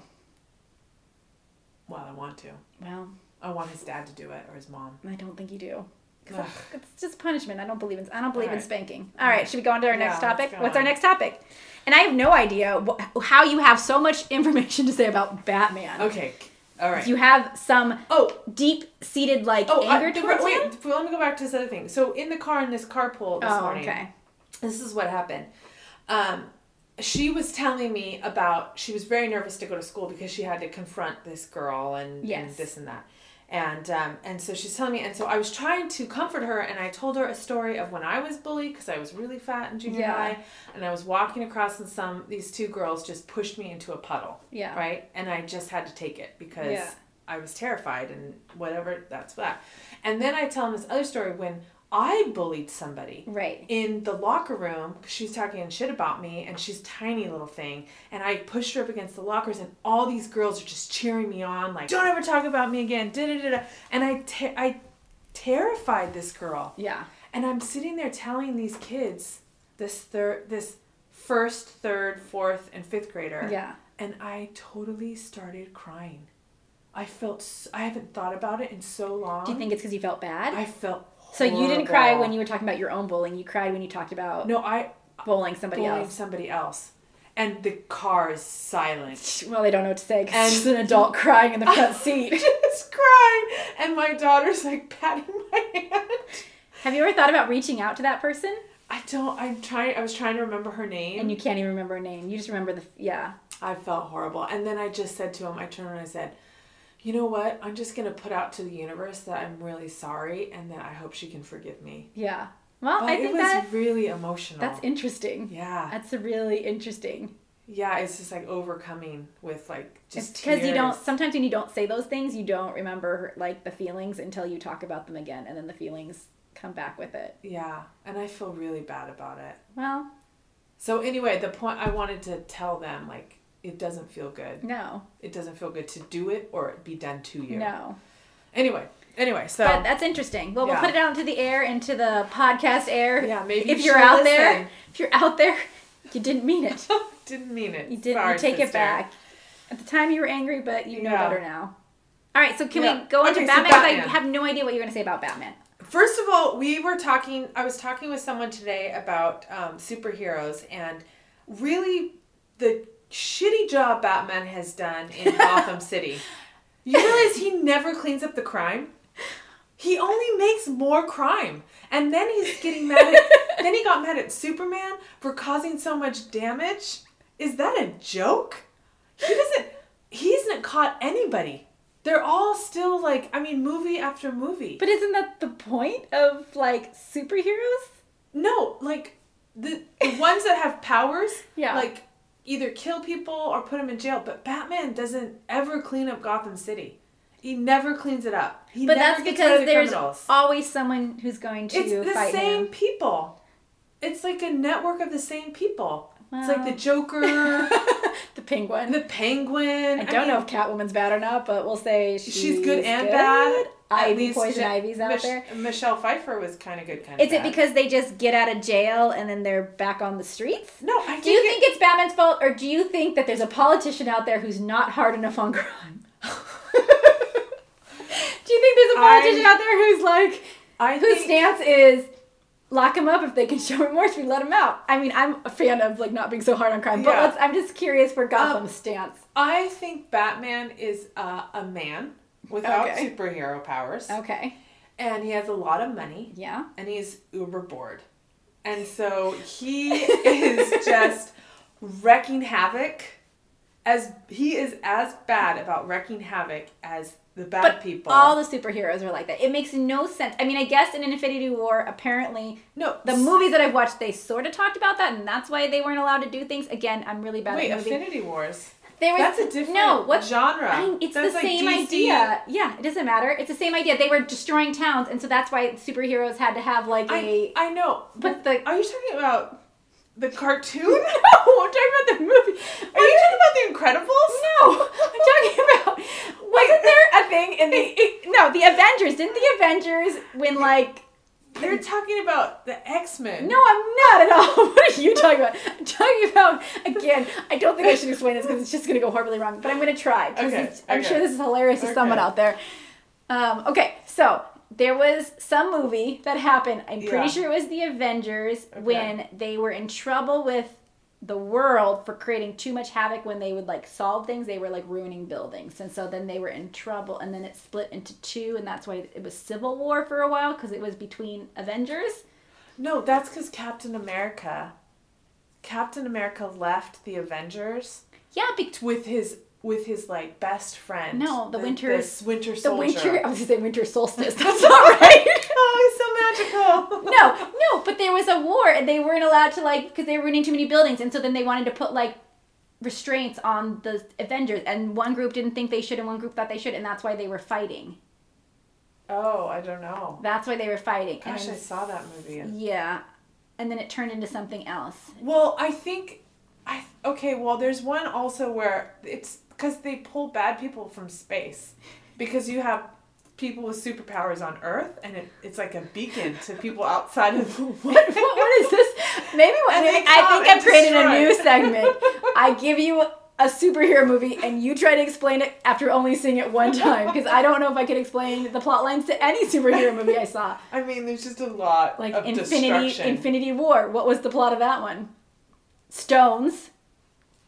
A: Well, I want to.
B: Well,
A: I want his dad to do it or his mom.
B: I don't think you do. 'Cause
A: Ugh.
B: It's just punishment. I don't believe in. I don't believe
A: All
B: in
A: right.
B: spanking. All right, should we go on to our
A: Yeah,
B: next
A: let's
B: topic?
A: go
B: What's our
A: on.
B: next topic? And I have no idea wh- how you have so much information to say about Batman.
A: Okay. All Oh, right.
B: You have some
A: oh.
B: deep seated like
A: Oh, I-
B: anger towards
A: wait,
B: him.
A: Let me go back to this other thing. So in the car in this carpool this
B: Oh,
A: morning,
B: okay.
A: this is what happened. Um, she was telling me about she was very nervous to go to school because she had to confront this girl and, and
B: Yes.
A: this and that. And um, and so she's telling me, and so I was trying to comfort her, and I told her a story of when I was bullied because I was really fat in junior
B: Yeah.
A: high, and I was walking across, and some these two girls just pushed me into a puddle.
B: Yeah.
A: Right. And I just had to take it because
B: Yeah.
A: I was terrified and whatever. That's that. And then I tell him this other story when I bullied somebody
B: Right.
A: in the locker room 'cause she was talking shit about me and she's a tiny little thing and i pushed her up against the lockers and all these girls are just cheering me on like don't ever talk about me again da da da da and i te- i terrified this girl
B: Yeah.
A: and i'm sitting there telling these kids this third this first third fourth and fifth grader
B: Yeah.
A: and i totally started crying i felt s I haven't thought about it in so long
B: Do you think it's because you felt bad?
A: i felt
B: so you didn't cry
A: horrible.
B: when you were talking about your own bullying. You cried when you talked about
A: no i
B: bullying somebody
A: bullying
B: else.
A: somebody else. and the car is silent.
B: Well, they don't know what to say 'cause
A: And-
B: it's just an adult crying in the front seat.
A: Just crying, and my daughter's like patting my hand.
B: Have you ever thought about reaching out to that person?
A: I don't. I'm trying. I was trying to remember her name.
B: And you can't even remember her name. You just remember the yeah.
A: I felt horrible. And then I just said to him, I turned around and I said, You know what? I'm just going to put out to the universe that I'm really sorry and that I hope she can forgive me.
B: Yeah. Well,
A: But
B: I
A: it
B: think
A: was
B: that
A: really emotional.
B: that's interesting.
A: Yeah.
B: That's really interesting.
A: Yeah, it's just like overcoming with like just
B: Because you don't
A: tears.
B: sometimes when you don't say those things, you don't remember like the feelings until you talk about them again, and then the feelings come back with it.
A: Yeah, and I feel really bad about it.
B: Well,
A: So, anyway, the point I wanted to tell them like, it doesn't feel good.
B: no,
A: It doesn't feel good to do it or it be done to you.
B: no.
A: Anyway, anyway, so.
B: But that's interesting. Well,
A: Yeah.
B: we'll put it out into the air, into the podcast air.
A: Yeah, maybe
B: if
A: you
B: you're
A: should listen.
B: out there, if you're out there, you didn't mean it.
A: didn't mean it.
B: You didn't
A: Sorry,
B: you take it
A: sister.
B: back. At the time, you were angry, but you know
A: Yeah.
B: better now. All right, so can
A: Yeah.
B: we go into
A: Okay, so
B: Batman? 'Cause
A: Batman.
B: I have no idea what you're going to say about Batman.
A: First of all, we were talking, I was talking with someone today about um, superheroes and really the shitty job Batman has done in Gotham City. You realize he never cleans up the crime? He only makes more crime. And then he's getting mad at, then he got mad at Superman for causing so much damage. Is that a joke? He doesn't he hasn't caught anybody. They're all still like, I mean, movie after movie.
B: But isn't that the point of like superheroes?
A: No, like the, the ones that have powers,
B: Yeah.
A: like either kill people or put them in jail. But Batman doesn't ever clean up Gotham City. He never cleans it up. He
B: But
A: never
B: that's
A: gets rid of
B: because
A: the
B: there's
A: criminals.
B: always someone who's going to
A: it's the
B: fight
A: same
B: him.
A: people. It's like a network of the same people. It's like
B: Well.
A: the Joker,
B: the penguin.
A: and the Penguin.
B: I don't
A: mean,
B: know if Catwoman's bad or not, but we'll say she's,
A: She's good and bad. At
B: Ivy,
A: least
B: poison
A: Ja-
B: ivy's out
A: Mich-
B: there.
A: Michelle Pfeiffer was kind of good, kind of
B: Is it because they just get out of jail and then they're back on the streets?
A: No, I
B: Do you
A: think
B: think it's Batman's fault, or do you think that there's a politician out there who's not hard enough on crime? do you think there's a politician
A: I-
B: out there who's like,
A: I
B: whose
A: think
B: stance is lock him up if they can show remorse, we let him out? I mean, I'm a fan of like not being so hard on crime, but
A: Yeah. Um,
B: let's, I'm just curious for Gotham's stance.
A: I think Batman is uh, a man without
B: Okay.
A: superhero powers,
B: Okay,
A: and he has a lot of money,
B: yeah.
A: and he's uber bored, and so he is just wrecking havoc. As he is as bad about wrecking havoc as the bad
B: But
A: people.
B: all the superheroes are like that. It makes no sense. I mean, I guess in Infinity War, apparently
A: no,
B: the
A: s-
B: movies that I've watched, they sort of talked about that, and that's why they weren't allowed to do things. Again, I'm really bad
A: Wait,
B: at movies.
A: Affinity Wars.
B: There was
A: That's a different
B: no what
A: genre.
B: I, it's
A: That's
B: the
A: like
B: same
A: DC.
B: idea. Yeah, it doesn't matter. It's the same idea. They were destroying towns, and so that's why superheroes had to have like
A: I,
B: a.
A: I know,
B: But the
A: Are you talking about the cartoon? No,
B: I'm talking about the movie.
A: Are you talking about the Incredibles?
B: no, I'm talking about wasn't there a thing in the no the Avengers? Didn't the Avengers when like
A: They're talking about the X Men.
B: No, I'm not at all. What are you talking about? I'm talking about again. I don't think I should explain this because it's just going to go horribly wrong. But I'm going to try. 'cause
A: Okay,
B: it's- I'm
A: okay.
B: sure this is hilarious to someone
A: Okay.
B: out there. Um, okay, so there was some movie that happened. I'm pretty
A: Yeah.
B: sure it was the Avengers when they were in trouble with the world for creating too much havoc when they would like solve things they were like ruining buildings and so then they were in trouble and then it split into two and that's why it was civil war for a while because it was between avengers
A: No, that's because Captain America. Captain America left the Avengers
B: yeah be-
A: with his with his like best friend.
B: No, the Winter-
A: This winter
B: The
A: soldier.
B: winter, I was gonna say winter solstice. That's not right.
A: Oh, he's so magical.
B: no, no, but there was a war and they weren't allowed to like because they were ruining too many buildings, and so then they wanted to put like restraints on the Avengers, and one group didn't think they should, and one group thought they should, and that's why they were fighting.
A: Oh, I don't know.
B: That's why they were fighting.
A: Gosh, I
B: and
A: saw that movie.
B: yeah, and then it turned into something else.
A: Well, I think, I okay. Well, there's one also where it's because they pull bad people from space, because you have people with superpowers on Earth, and it, it's like a beacon to people outside of the world.
B: What, what is this? Maybe
A: And
B: maybe-
A: they
B: I
A: come
B: think I'm
A: and
B: creating a new
A: destroy.
B: segment. I give you a superhero movie and you try to explain it after only seeing it one time because I don't know if I can explain the plot lines to any superhero movie I saw.
A: I mean, there's just a lot
B: Like
A: of
B: Infinity
A: destruction.
B: Infinity War. What was the plot of that one? Stones.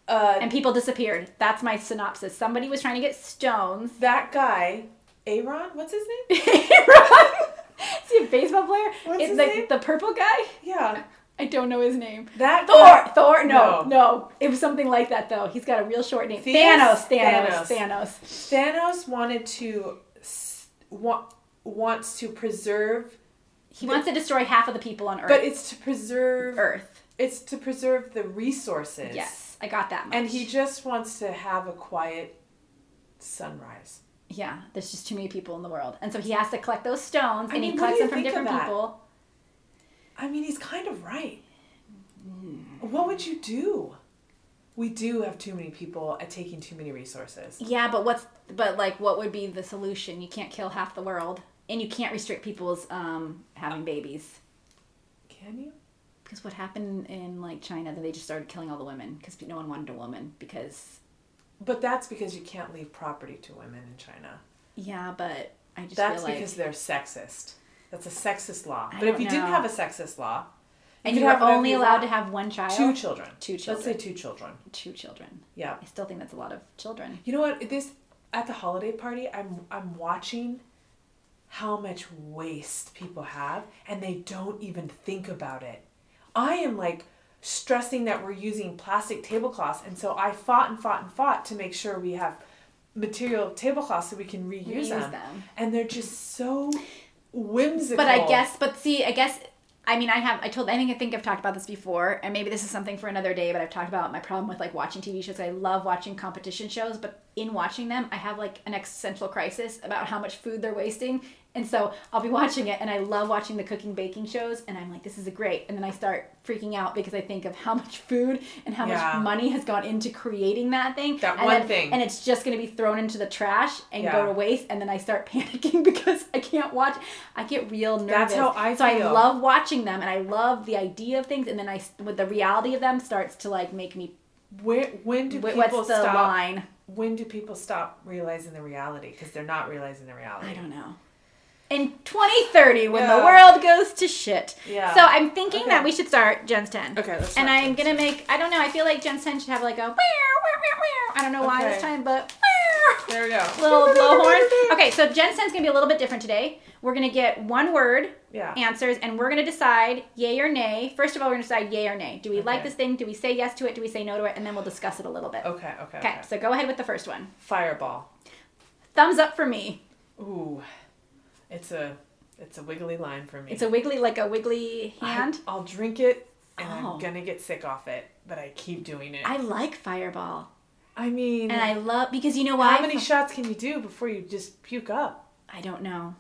A: uh,
B: and people disappeared. That's my synopsis. Somebody was trying to get stones.
A: that guy, Aaron, what's his name?
B: Is he a baseball player?
A: What's
B: it's
A: his
B: like
A: name?
B: the purple guy.
A: Yeah,
B: I don't know his name.
A: that guy-
B: Thor, Thor, no, no,
A: No.
B: It was something like that though. He's got a real short name.
A: Thanos,
B: Thanos, Thanos, Thanos.
A: Thanos wanted to s- wa- wants to preserve,
B: He wants to destroy half of the people on Earth.
A: but it's to preserve.
B: Earth.
A: It's to preserve the resources.
B: Yes, I got that much.
A: And he just wants to have a quiet sunrise.
B: yeah, there's just too many people in the world, and so he has to collect those stones,
A: I mean,
B: and he
A: what do
B: collects them
A: you
B: from
A: think of
B: different
A: that?
B: people.
A: I mean, he's kind of right.
B: Mm-hmm.
A: What would you do? We do have too many people at taking too many resources.
B: Yeah, but what's but like what would be the solution? You can't kill half the world, and you can't restrict people's um having babies.
A: Can you?
B: Because what happened in like China, that they just started killing all the women because no one wanted a woman. Because
A: But that's because you can't leave property to women in China.
B: yeah, but I just
A: That's
B: feel like
A: because they're sexist. That's a sexist law.
B: I
A: But if
B: don't
A: you didn't
B: know.
A: have a sexist law,
B: and
A: could
B: you are
A: have whatever
B: only
A: you
B: allowed
A: want.
B: to have one child,
A: two children.
B: Two
A: Let's say
B: children.
A: two children.
B: two children.
A: Yeah.
B: I still think that's a lot of children.
A: You know what? This at the holiday party, I'm I'm watching how much waste people have and they don't even think about it. I am like stressing that we're using plastic tablecloths and so I fought and fought and fought to make sure we have material tablecloths so we can reuse,
B: Reuse
A: them.
B: them.
A: And they're just so whimsical.
B: But I guess, but see, I guess, I mean, I have, I told, I think, I think I've talked about this before, and maybe this is something for another day. But I've talked about my problem with like watching TV shows. I love watching competition shows, but in watching them, I have like an existential crisis about how much food they're wasting. And so I'll be watching it, and I love watching the cooking baking shows, and I'm like, this is great. And then I start freaking out because I think of how much food and how
A: Yeah.
B: much money has gone into creating that thing.
A: That
B: and
A: one
B: then-
A: thing.
B: And it's just going to be thrown into the trash and go
A: Yeah.
B: to waste. And then I start panicking because I can't watch. I get real nervous
A: That's how I
B: so I
A: feel.
B: love watching them, and I love the idea of things, and then I s- with the reality of them starts to like make me.
A: where when do
B: wh-
A: people
B: What's the
A: stop
B: line?
A: when do people stop realizing the reality because they're not realizing the reality.
B: I don't know. In 2030, when the
A: Yeah.
B: world goes to shit.
A: Yeah.
B: So I'm thinking that
A: Okay.
B: we should start Gen's 10.
A: Okay, let's
B: And
A: start Gen's
B: I'm gonna make. I don't know. I feel like Gen's 10 should have like a. Meow, meow, meow, meow. I don't know why this
A: Okay.
B: time, but. meow.
A: There we go.
B: Little blow horn. Okay, so Gen's 10's gonna be a little bit different today. We're gonna get one word
A: Yeah.
B: answers and we're going to decide yay or nay. First of all, we're going to decide yay or nay. Do we like
A: Okay.
B: this thing? Do we say yes to it? Do we say no to it? And then we'll discuss it a little bit.
A: Okay, okay, okay.
B: Okay, so go ahead with the first one.
A: Fireball.
B: Thumbs up for me.
A: Ooh. It's a it's a wiggly line for me.
B: It's a wiggly, like a wiggly hand.
A: I, will drink it and
B: Oh.
A: I'm gonna get sick off it, but I keep doing it.
B: I
A: I,
B: like Fireball.
A: mean
B: And I love, because you know why?
A: how many shots can you do before you just puke up?
B: I don't know.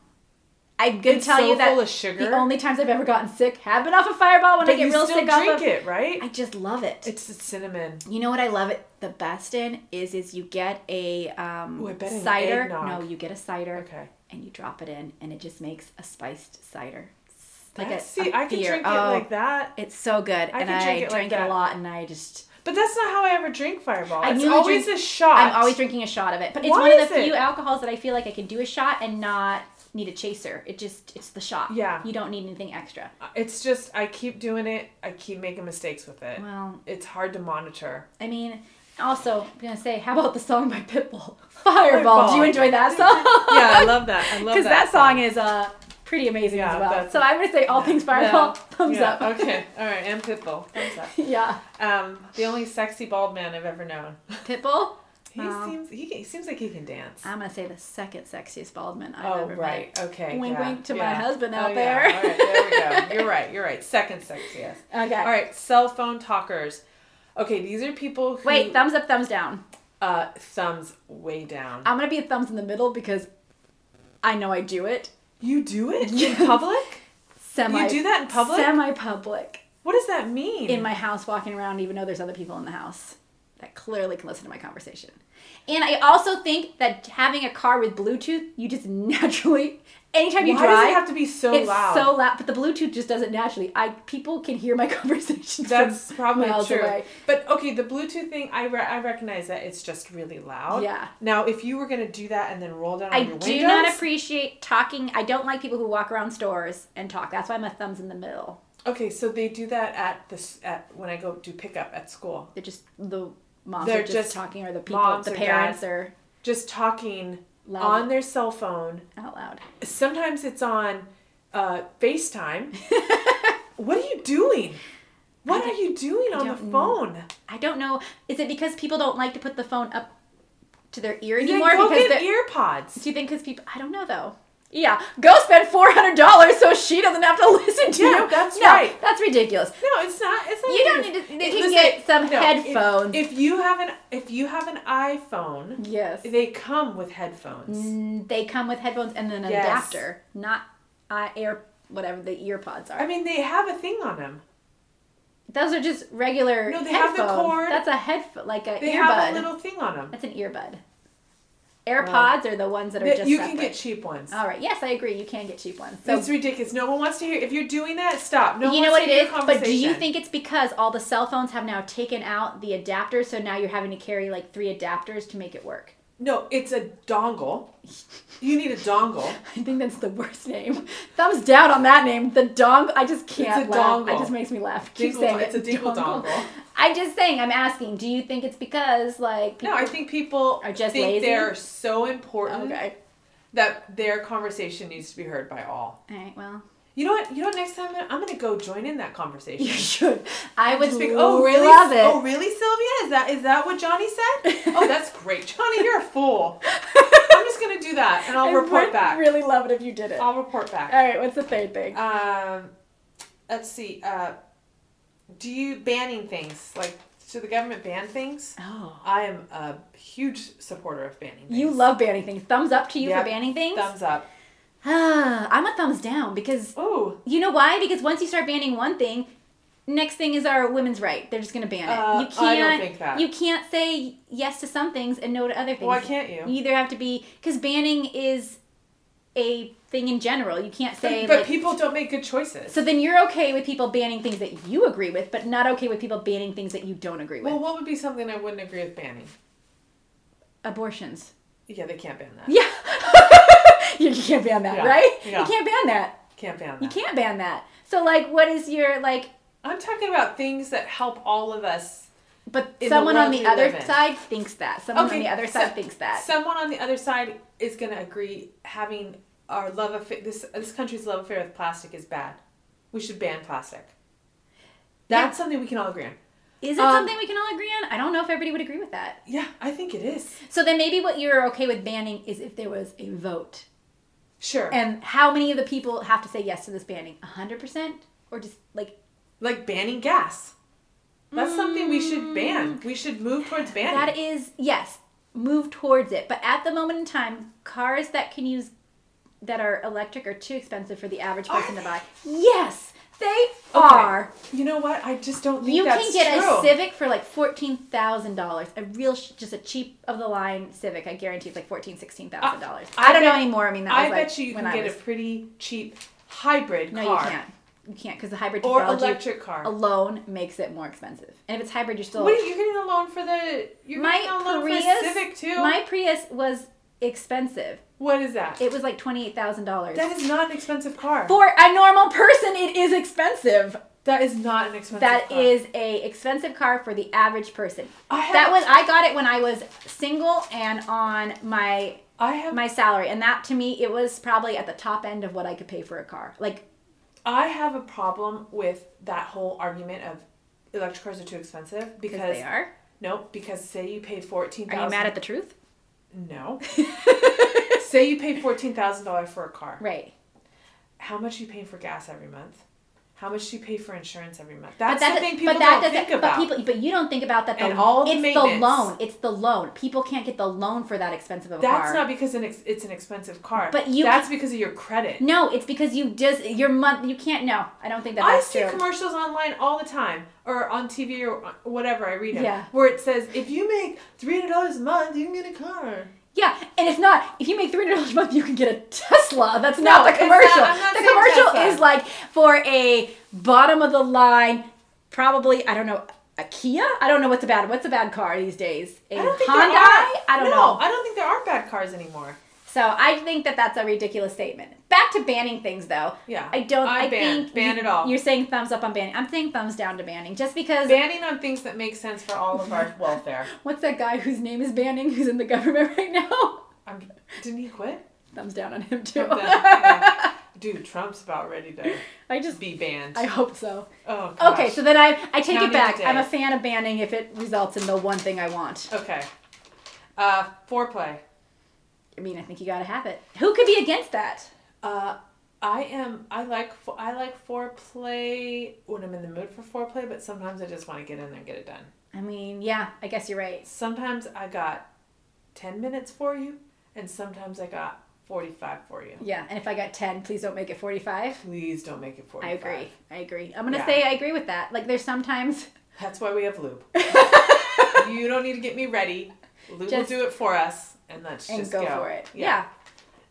B: I'm going to
A: It's
B: tell
A: so
B: you that
A: full of sugar.
B: the only times I've ever gotten sick have been off of Fireball when I
A: But you
B: get real
A: still
B: sick
A: drink
B: off of
A: it, right?
B: I just love it.
A: it's the cinnamon.
B: You know what I love it the best in is is you get a um,
A: Ooh, I bet an
B: cider.
A: eggnog.
B: No, you get a cider.
A: Okay.
B: And you drop it in, and it just makes a spiced cider. It's Like
A: That's-
B: a,
A: see,
B: a
A: I can
B: beer.
A: drink
B: Oh,
A: it like that.
B: It's so good,
A: I can
B: and I
A: drink it like
B: drink it a
A: that.
B: lot, and I just
A: But that's not how I ever drink fireball.
B: I
A: it's
B: knew you
A: always
B: drink-
A: a shot.
B: I'm always drinking a shot of it. But it's
A: Why
B: one of
A: is
B: the few
A: it?
B: alcohols that I feel like I can do a shot and not need a chaser. It just it's the shot.
A: Yeah.
B: you don't need anything extra.
A: it's just I keep doing it, I keep making mistakes with it.
B: Well,
A: it's hard to monitor.
B: I mean, also I'm gonna say, how about the song by Pitbull, Fireball? Do you
A: Fireball.
B: enjoy that song?
A: yeah, I love that. I love that.
B: because that song is uh pretty amazing
A: Yeah,
B: as well.
A: that's-
B: So I'm gonna say all things fireball, thumbs
A: Yeah,
B: up.
A: Okay. All right. And Pitbull. Thumbs up.
B: yeah,
A: Um, the only sexy bald man I've ever known.
B: Pitbull.
A: He
B: Wow.
A: seems he, he seems like he can dance.
B: I'm gonna say the second sexiest Baldman I've
A: oh
B: ever
A: right. Okay.
B: Wink,
A: yeah,
B: wink to my
A: yeah.
B: husband
A: Oh,
B: out
A: yeah,
B: there.
A: All right. There we go. You're right. You're right. Second sexiest.
B: met. Okay.
A: All right. Cell phone talkers. Okay. These are people who
B: Wait, thumbs up, thumbs down.
A: uh, thumbs way down.
B: I'm gonna be a thumbs in the middle because I know I do it.
A: You do it in
B: Yes.
A: public?
B: Semi.
A: You do that in public?
B: Semi-public.
A: What does that mean?
B: In my house, walking around, even though there's other people in the house that clearly can listen to my conversation. And I also think that having a car with Bluetooth, you just naturally, anytime you
A: Why
B: drive,
A: does it have to be so
B: it's
A: loud?
B: so loud, but the Bluetooth just does it naturally. I people can hear my conversations.
A: That's
B: from
A: probably
B: miles
A: true.
B: away.
A: But okay, the Bluetooth thing, I, re- I recognize that it's just really loud.
B: Yeah.
A: Now, if you were going to do that and then roll down
B: I
A: your windows,
B: do not appreciate talking. I don't like people who walk around stores and talk. That's why my thumb's in the middle.
A: okay, so they do that at this at when I go do pickup at school.
B: They're just the moms
A: They're
B: are just,
A: just
B: talking, or the people,
A: moms
B: the
A: or
B: parents
A: dads.
B: are
A: just talking
B: Loud.
A: on their cell phone.
B: out loud.
A: Sometimes it's on uh, FaceTime. what are you doing? What are you doing on the
B: don't
A: phone?
B: I don't know. Is it because people don't like to put the phone up to their ear
A: Then
B: anymore?
A: go
B: because
A: get
B: the-
A: ear pods.
B: do you think because people? I don't know though. Yeah, go spend four hundred dollars so she doesn't have to listen to
A: Yeah,
B: you.
A: that's
B: no,
A: right.
B: That's ridiculous.
A: No, it's not. It's not
B: You don't
A: even-
B: need to. They
A: it-
B: can
A: listen,
B: get some
A: no, if-
B: headphones.
A: If, you have an if you have an iPhone,
B: yes,
A: they come with headphones.
B: Mm, they come with headphones and an
A: Yes.
B: adapter, not uh, air whatever the ear pods are.
A: I mean, they have a thing on them.
B: Those are just regular.
A: No, they have
B: headphones.
A: the cord.
B: That's a headphone, like an
A: They
B: earbud.
A: have a little thing on them.
B: That's an earbud. AirPods are the ones that are just
A: you
B: separate.
A: can get cheap ones.
B: All right. Yes, I agree. You can get cheap ones. So
A: it's ridiculous. No one wants to hear. If you're doing that, stop. No, one
B: you know
A: wants
B: what it
A: to hear
B: is.
A: your
B: But do you
A: conversation.
B: think it's because all the cell phones have now taken out the adapters, so now you're having to carry like three adapters to make it work?
A: No, it's a dongle. You need a dongle.
B: I think that's the worst name. Thumbs down on that name. The dongle. I just can't
A: It's a
B: laugh. It
A: dongle.
B: just makes me laugh. Keep
A: Dingle-
B: saying
A: it's a
B: it.
A: dingle dongle.
B: I'm just saying. I'm asking. Do you think it's because like
A: No, I think people
B: Are just
A: think
B: lazy?
A: they're so important
B: okay.
A: that their conversation needs to be heard by all.
B: All right. Well,
A: You know what? You know what? Next time I'm gonna, I'm gonna go join in that conversation.
B: you should. I would
A: Just be-
B: oh,
A: really?
B: love it.
A: Oh, really, Sylvia? Is that is that what Johnny said? oh, that's great, Johnny. You're a fool. I'm just gonna do that, and I'll
B: I
A: report
B: would
A: back.
B: Really love it if you did it.
A: I'll report back.
B: All right, what's the third thing?
A: Um, let's see. Uh, do you banning things? Like, should the government ban things?
B: Oh,
A: I am a huge supporter of banning things.
B: you love banning things. Thumbs up to you
A: Yep.
B: for banning things.
A: thumbs up.
B: Ah, I'm a thumbs down because
A: Oh,
B: you know why? Because once you start banning one thing, next thing is our women's right. They're just gonna ban it.
A: Uh,
B: you can't.
A: I don't think that.
B: You can't say yes to some things and no to other things.
A: why can't you?
B: You either have to be because banning is a thing in general. You can't say
A: But, but
B: like.
A: people don't make good choices.
B: so then you're okay with people banning things that you agree with, but not okay with people banning things that you don't agree with.
A: well, what would be something I wouldn't agree with banning?
B: Abortions.
A: Yeah, they can't ban that.
B: Yeah. you can't ban that,
A: Yeah.
B: right?
A: Yeah.
B: You can't ban that.
A: Can't ban that.
B: You can't ban that. So like what is your like
A: I'm talking about things that help all of us.
B: but
A: In the
B: someone on
A: world
B: the
A: we
B: other
A: live in.
B: side thinks that. Someone on the other
A: so-
B: side thinks that.
A: Someone on the other side is going to agree having our love affair, this, this country's love affair with plastic is bad. We should ban plastic. That's something we can all agree on.
B: Is it
A: um,
B: something we can all agree on? I don't know if everybody would agree with that.
A: Yeah, I think it is.
B: So then maybe what you're okay with banning is if there was a vote.
A: Sure.
B: And how many of the people have to say yes to this banning? 100% or just like
A: like banning gas. That's something we should ban. We should move towards banning.
B: Mm. That is yes, move towards it. But at the moment in time, cars that can use that are electric are too expensive for the average
A: Are
B: person to
A: they?
B: buy. Yes, they are.
A: You know what? I just don't think
B: You
A: that's
B: can get
A: true.
B: a Civic for like fourteen thousand dollars. A real, sh- just a cheap of the line Civic. I guarantee it's like fourteen, sixteen thousand dollars.
A: Uh, I-
B: I, don't know
A: bet-
B: anymore. I mean, that
A: I
B: was
A: bet
B: like
A: you you
B: when
A: can
B: I
A: get
B: was,
A: a pretty cheap hybrid
B: no,
A: car
B: you can't. You can't because the hybrid
A: or
B: technology
A: electric car.
B: alone makes it more expensive. And if it's hybrid, you're still
A: What are you you're getting a loan for the? You're
B: my
A: getting a loan
B: Prius.
A: for a Civic too.
B: My Prius was expensive.
A: what is that?
B: It was like twenty eight thousand dollars.
A: that is not an expensive car.
B: For a normal person, it is expensive.
A: that is not an expensive.
B: That
A: car.
B: is a expensive car for the average person.
A: I have,
B: That was I got it when I was single and on my
A: I have.
B: my salary, and that to me it was probably at the top end of what I could pay for a car. Like
A: I have a problem with that whole argument of electric cars are too expensive
B: because
A: because
B: they are.
A: no, because say you paid fourteen
B: Are
A: thousand.
B: you mad at the truth?
A: No. Say you pay fourteen thousand dollars for a car.
B: Right.
A: How much you pay for gas every month? How much you pay for insurance every month?
B: But
A: That's
B: that
A: the
B: does-
A: thing people
B: but that
A: don't
B: doesn't-
A: think about.
B: But people, but you don't think about that. The,
A: And all the
B: it's the
A: maintenance.
B: loan. It's the loan. People can't get the loan for that expensive of a
A: That's
B: car.
A: not because an ex- it's an expensive car.
B: But you-
A: That's because of your credit.
B: no, it's because you just your month. You can't. No, I don't think that
A: I
B: that's
A: see
B: true.
A: commercials online all the time, or on TV, or uh, whatever I read them,
B: Yeah.
A: where it says if you make three hundred dollars a month, you can get a car.
B: Yeah, and if not, if you make three hundred dollars a month, you can get a Tesla. That's not the
A: it's not-
B: commercial.
A: I'm not
B: the
A: saying
B: commercial
A: Tesla.
B: is like for a bottom of the line, probably I don't know a Kia. I don't know what's a bad what's a bad car these days. A
A: I don't think there
B: Hyundai.
A: are.
B: I don't
A: no,
B: know.
A: I don't think there are bad cars anymore.
B: So I think that that's a ridiculous statement. Back back to banning things though.
A: Yeah.
B: I don't.
A: I
B: I,
A: ban-
B: think
A: ban
B: you-
A: it all.
B: You're saying thumbs up on banning. I'm saying thumbs down to banning, just because.
A: Banning on things that make sense for all of our welfare.
B: what's that guy whose name is banning? Who's in the government right now?
A: I'm, didn't he quit?
B: Thumbs down on him too.
A: Trump done- yeah. Dude, Trump's about ready to
B: I just.
A: be banned.
B: I hope so.
A: oh, gosh.
B: Okay, so then I I take
A: Counting
B: it back.
A: the
B: I'm a
A: days.
B: fan of banning if it results in the one thing I want.
A: Okay. Uh, foreplay.
B: I mean, I think you gotta have it. Who could be against that?
A: Uh, I am. I like. fo- I like foreplay when I'm in the mood for foreplay, but sometimes I just want to get in there and get it done.
B: I mean, yeah, I guess you're right.
A: Sometimes I got ten minutes for you, and sometimes I got forty-five for you.
B: Yeah, and if I got 10, please don't make it 45.
A: Please don't make it
B: I
A: forty-five.
B: agree. I agree. I'm gonna
A: Yeah.
B: say I agree with that. Like there's sometimes
A: That's why we have lube. you don't need to get me ready. Lube
B: Just-
A: will do it for us, and let's
B: and
A: just
B: go, for it. Yeah.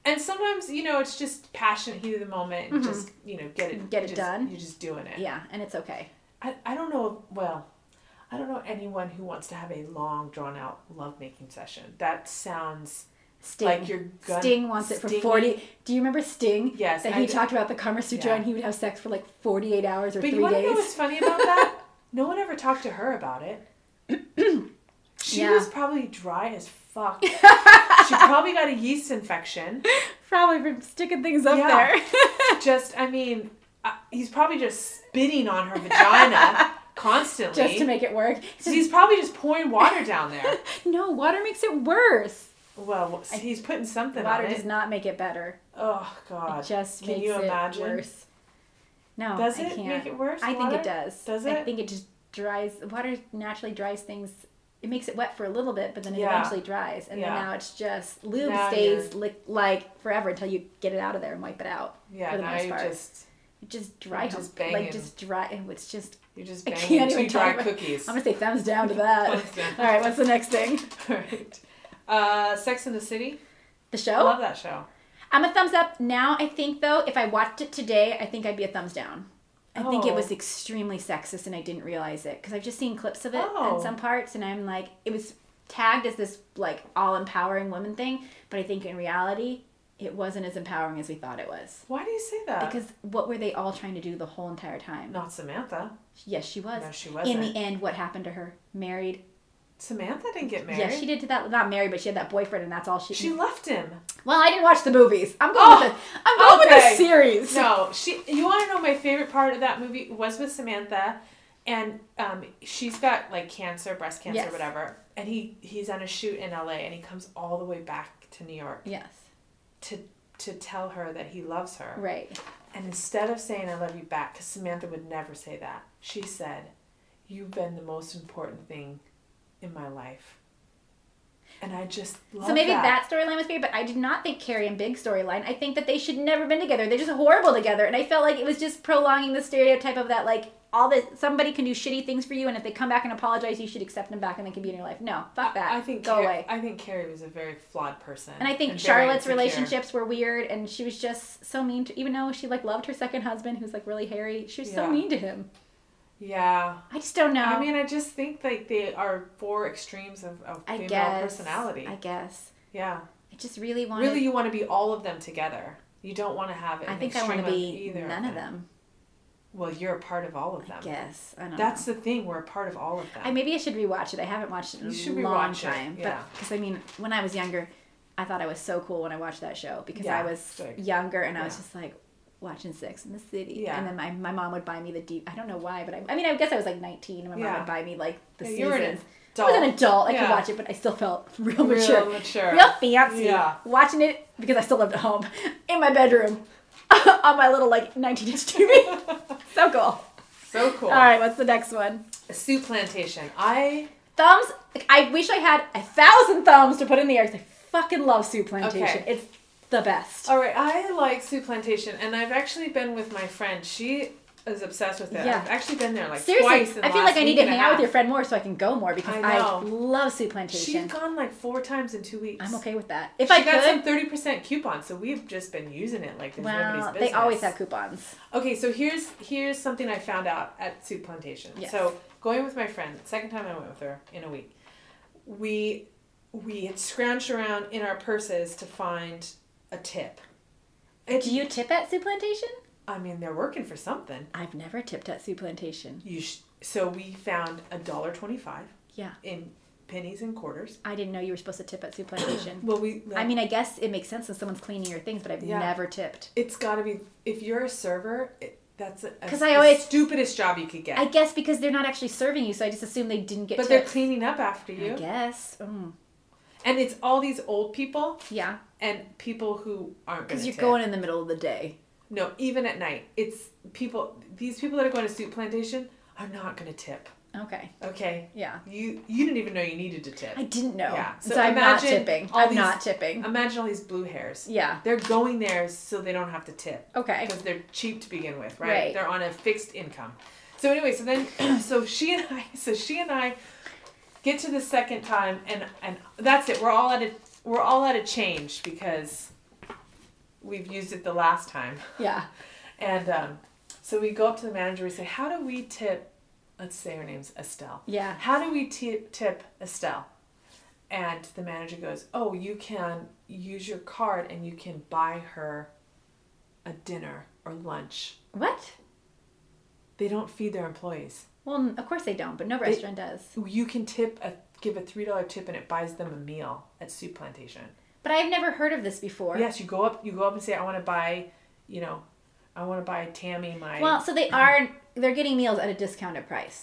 A: And sometimes, you know, it's just passion, heat of the moment, and just, you know, get it
B: Mm-hmm. Get it
A: just-
B: done.
A: You're just doing
B: yeah,
A: it.
B: and it's okay.
A: I, I don't know, well, I don't know anyone who wants to have a long, drawn out lovemaking session. That sounds
B: Sting.
A: like you're gonna.
B: Sting wants it for
A: Sting-
B: 40. Do you remember Sting?
A: Yes,
B: That
A: I
B: he
A: d-
B: talked about the Kama Sutra
A: Yeah.
B: and he would have sex for like 48 hours or
A: But you
B: three
A: want to know
B: days.
A: what's funny about that? no one ever talked to her about it. She
B: Yeah.
A: was probably dry as fuck. she probably got a yeast infection.
B: Probably from sticking things up
A: Yeah.
B: there.
A: Just, I mean, uh, he's probably just spitting on her vagina constantly.
B: just to make it work.
A: So
B: It's just-
A: he's probably just pouring water down there.
B: no, water makes it worse.
A: Well, he's putting something
B: Water
A: on
B: does
A: it.
B: not make it better.
A: Oh God!
B: It just
A: Can
B: makes
A: you
B: it
A: imagine?
B: worse. No,
A: Does
B: Oh, I
A: it
B: can't.
A: make it worse?
B: I think
A: water?
B: it does.
A: Does
B: I
A: it?
B: think it just dries. Water naturally dries things. It makes it wet for a little bit, but then it
A: Yeah.
B: eventually dries, and
A: Yeah.
B: then now it's just lube
A: Now
B: stays li- like forever until you get it out of there and wipe it out.
A: Yeah,
B: for the
A: now
B: most
A: you
B: part.
A: just
B: It just dry
A: You're just
B: hump- like
A: banging.
B: just dry. and It's just.
A: you just
B: I
A: banging
B: can't
A: two
B: even
A: dry
B: talk about-
A: cookies.
B: I'm gonna say thumbs down to that.
A: Thumbs down.
B: All right, what's the next thing?
A: All right. Uh, Sex in the City.
B: The
A: I
B: show.
A: love that show.
B: I'm a thumbs up now. I think though, if I watched it today, I think I'd be a thumbs down. I think it
A: Oh.
B: was extremely sexist, and I didn't realize it because I've just seen clips of it
A: Oh.
B: in some parts, and I'm like, it was tagged as this like all empowering women thing, but I think in reality, it wasn't as empowering as we thought it was.
A: Why do you say that?
B: Because what were they all trying to do the whole entire time?
A: not Samantha.
B: Yes, she was.
A: No, she wasn't.
B: In the end, what happened to her? Married.
A: Samantha didn't get married.
B: Yes, she did to that. Not married, but she had that boyfriend, and that's all she.
A: She left him.
B: well, I didn't watch the movies. I'm going.
A: Oh,
B: with the, I'm going
A: okay.
B: with the series.
A: No, she. You want to know my favorite part of that movie was with Samantha, and um, she's got like cancer, breast cancer,
B: Yes.
A: whatever. And he he's on a shoot in L.A. and he comes all the way back to New York
B: Yes.
A: to to tell her that he loves her.
B: Right.
A: And instead of saying I love you back, because Samantha would never say that, she said, You've been the most important thing in my life. And I just love
B: so maybe
A: that.
B: that, storyline was great, but I did not think Carrie and Big storyline. I think that they should never been together. They're just horrible together, and I felt like it was just prolonging the stereotype of that like all that somebody can do shitty things for you, and if they come back and apologize, you should accept them back, and they can be in your life. No, fuck that.
A: I, I think
B: go
A: Car-
B: away.
A: I think Carrie was a very flawed person.
B: and I think
A: very
B: Charlotte's
A: insecure.
B: relationships were weird, and she was just so mean to. Even though she like loved her second husband, who's like really hairy, she was
A: Yeah.
B: so mean to him.
A: Yeah.
B: I just don't know.
A: I mean, I just think like they are four extremes of, of
B: I
A: female
B: guess
A: personality.
B: I guess
A: yeah.
B: I just really wanted.
A: Really, you want to be all of them together. You don't want to have it.
B: I think I want to be
A: either
B: none of them.
A: Well, you're a part of all of them.
B: I guess I don't. know.
A: That's the thing. We're a part of all of them.
B: I maybe I should rewatch it. I haven't watched it in
A: You should
B: a long
A: rewatch it,
B: time.
A: yeah.
B: But because I mean, when I was younger, I thought I was so cool when I watched that show because
A: Yeah,
B: I was
A: sick.
B: younger and I was
A: Yeah.
B: just like watching Sex in the City.
A: Yeah.
B: And then my, my mom would buy me the deep. I don't know why, but I, I mean, I guess I was like 19 and my mom
A: Yeah.
B: would buy me like the
A: Yeah,
B: seasons.
A: you were an
B: I was an
A: adult.
B: adult. I could
A: Yeah.
B: watch it, but I still felt real
A: Real
B: mature,
A: mature.
B: real fancy.
A: Yeah.
B: Watching it because I still lived at home in my bedroom on my little like 19 inch TV. so cool.
A: so cool.
B: All right, what's the next one?
A: Sioux Plantation. I
B: thumbs. Like, I wish I had a thousand thumbs to put in the air 'cause I fucking love Soup Plantation.
A: Okay.
B: It's the best.
A: all right. I like Sioux Plantation, and I've actually been with my friend. She is obsessed with it.
B: Yeah.
A: I've actually been there like
B: Seriously,
A: twice. In the
B: I feel
A: last
B: like I need
A: week
B: to
A: and a
B: hang out with your
A: half.
B: friend more so I can go more because
A: I
B: I,
A: know.
B: love Soup
A: She's
B: Plantation.
A: gone like four times in two weeks.
B: I'm okay with that. If
A: She
B: I
A: got some
B: could,
A: thirty percent coupons, so we've just been using it like there's nobody's
B: well,
A: business.
B: they always have coupons.
A: Okay, so here's here's something I found out at Soup Plantation.
B: Yes.
A: So going with my friend, second time I went with her in a week, we we had scrounged around in our purses to find a tip, It's,
B: Do you tip at Sioux Plantation?
A: I mean, they're working for something.
B: I've never tipped at Sioux Plantation.
A: You sh- so we found a dollar twenty-five
B: Yeah.
A: in pennies and quarters.
B: I didn't know you were supposed to tip at Sioux Plantation.
A: Well, we.
B: I mean, I guess it makes sense when someone's cleaning your things, but I've
A: Yeah.
B: never tipped.
A: it's got to be if you're a server. It, that's a- a-
B: 'Cause I
A: the
B: always-
A: stupidest job you could get.
B: I guess because they're not actually serving you, so I just assume they didn't get
A: but they're
B: tipped.
A: cleaning up after you,
B: I guess. Mm.
A: and it's all these old people
B: Yeah.
A: and people who aren't going
B: Because
A: to
B: you're
A: tip.
B: going in the middle of the day.
A: No, even at night, it's people. These people that are going to Soup Plantation are not going to tip.
B: Okay.
A: Okay,
B: Yeah.
A: you you didn't even know you needed to tip.
B: I didn't know.
A: Yeah.
B: So,
A: So
B: I'm not
A: imagine
B: tipping.
A: all
B: I'm
A: these-
B: not tipping.
A: Imagine all these blue hairs.
B: yeah.
A: They're going there so they don't have to tip.
B: Okay.
A: because they're cheap to begin with, right?
B: Right.
A: They're on a fixed income. So anyway, so then so she and I so she and I get to the second time and and that's it. We're all at a we're all at a change because we've used it the last time.
B: Yeah.
A: And um, so we go up to the manager, we say, How do we tip let's say her name's Estelle.
B: Yeah.
A: How do we tip tip Estelle? And the manager goes, Oh, you can use your card and you can buy her a dinner or lunch
B: What?
A: they don't feed their employees.
B: Well, n- of course they don't, but no restaurant does.
A: You can tip a give a three dollar tip and it buys them a meal at Soup Plantation.
B: But I've never heard of this before.
A: Yes, you go up you go up and say I want to buy, you know, I want to buy Tammy my
B: Well, so they are they're getting meals at a discounted price.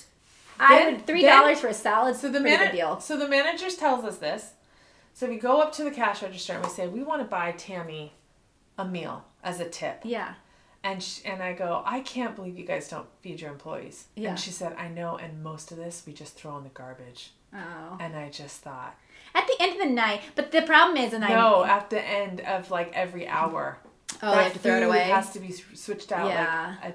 B: I
A: Then-
B: would three
A: then-
B: dollars for a salad.
A: so the
B: pretty
A: mana-
B: good deal.
A: so the manager tells us this. So we go up to the cash register and we say we want to buy Tammy a meal as a tip.
B: Yeah.
A: And sh and I go, I can't believe you guys don't feed your employees.
B: Yeah.
A: And she said, I know and most of this we just throw in the garbage.
B: Oh.
A: And I just thought,
B: At the end of the night, but the problem is, and I
A: no, at the end of like every hour.
B: oh, they have to throw it
A: food
B: away.
A: Has to be s- switched out.
B: Yeah.
A: Like, I,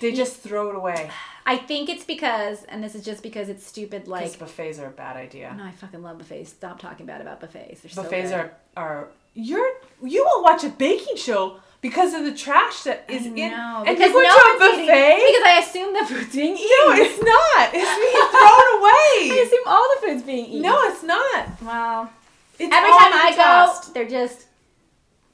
A: they just throw it away.
B: I think it's because, and this is just because it's stupid.
A: Like
B: Like,
A: buffets are a bad idea.
B: no, I fucking love buffets. Stop talking bad about buffets. They're
A: buffets
B: so good.
A: are are you're you will watch a baking show because of the trash that is in
B: No,
A: and
B: because
A: you go
B: no
A: to a
B: one's eating-
A: buffet.
B: because I assume the food's being eaten.
A: no, it's not. It's being thrown
B: I
A: away.
B: assume all the food's being eaten.
A: No, it's not.
B: Well,
A: It's
B: every time I
A: already
B: go,
A: tossed.
B: they're just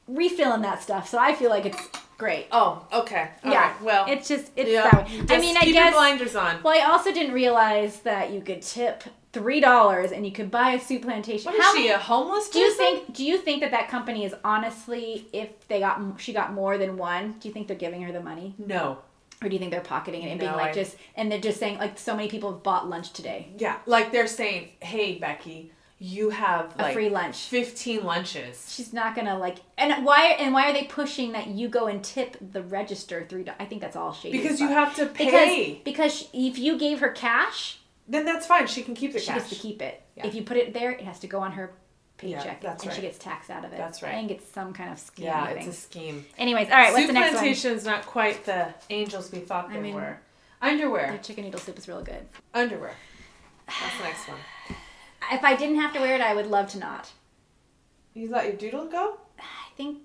B: refilling that stuff. So I feel like it's great.
A: Oh, okay. All
B: yeah.
A: right, Well,
B: it's just it's
A: yeah,
B: that way.
A: just
B: I mean, I
A: keep your
B: guess.
A: blinders on.
B: Well, I also didn't realize that you could tip three dollars and you could buy a soup plantation.
A: What is
B: How
A: she
B: many-
A: a homeless?
B: do you
A: person?
B: think? Do you think that that company is honestly, if they got m- she got more than one, do you think they're giving her the money,
A: No.
B: or do you think they're pocketing it and being
A: No,
B: like
A: I-
B: just and they're just saying like so many people have bought lunch today,
A: Yeah, like they're saying, "Hey, Becky, you have
B: a
A: like
B: free lunch.
A: 15 lunches."
B: She's not gonna like, and why? And why are they pushing that you go and tip the register three? do- I think that's all shady.
A: Because
B: as
A: you
B: fuck.
A: have to pay.
B: Because because she- if you gave her cash,
A: then that's fine. She can keep the
B: she
A: cash.
B: gets to keep it.
A: Yeah.
B: If you put it there, it has to go on her paycheck,
A: that's
B: and she
A: right.
B: gets taxed out of it.
A: That's right.
B: I think it's some kind of scheme.
A: yeah,
B: I
A: it's a
B: think.
A: scheme.
B: Anyways, all right.
A: soup
B: What's the next one?
A: plantation's not quite the angels we thought
B: I
A: they
B: mean-
A: were. Underwear.
B: Their chicken noodle soup is real good.
A: Underwear. That's the next one.
B: If I didn't have to wear it, I would love to not.
A: You let your doodle go
B: I think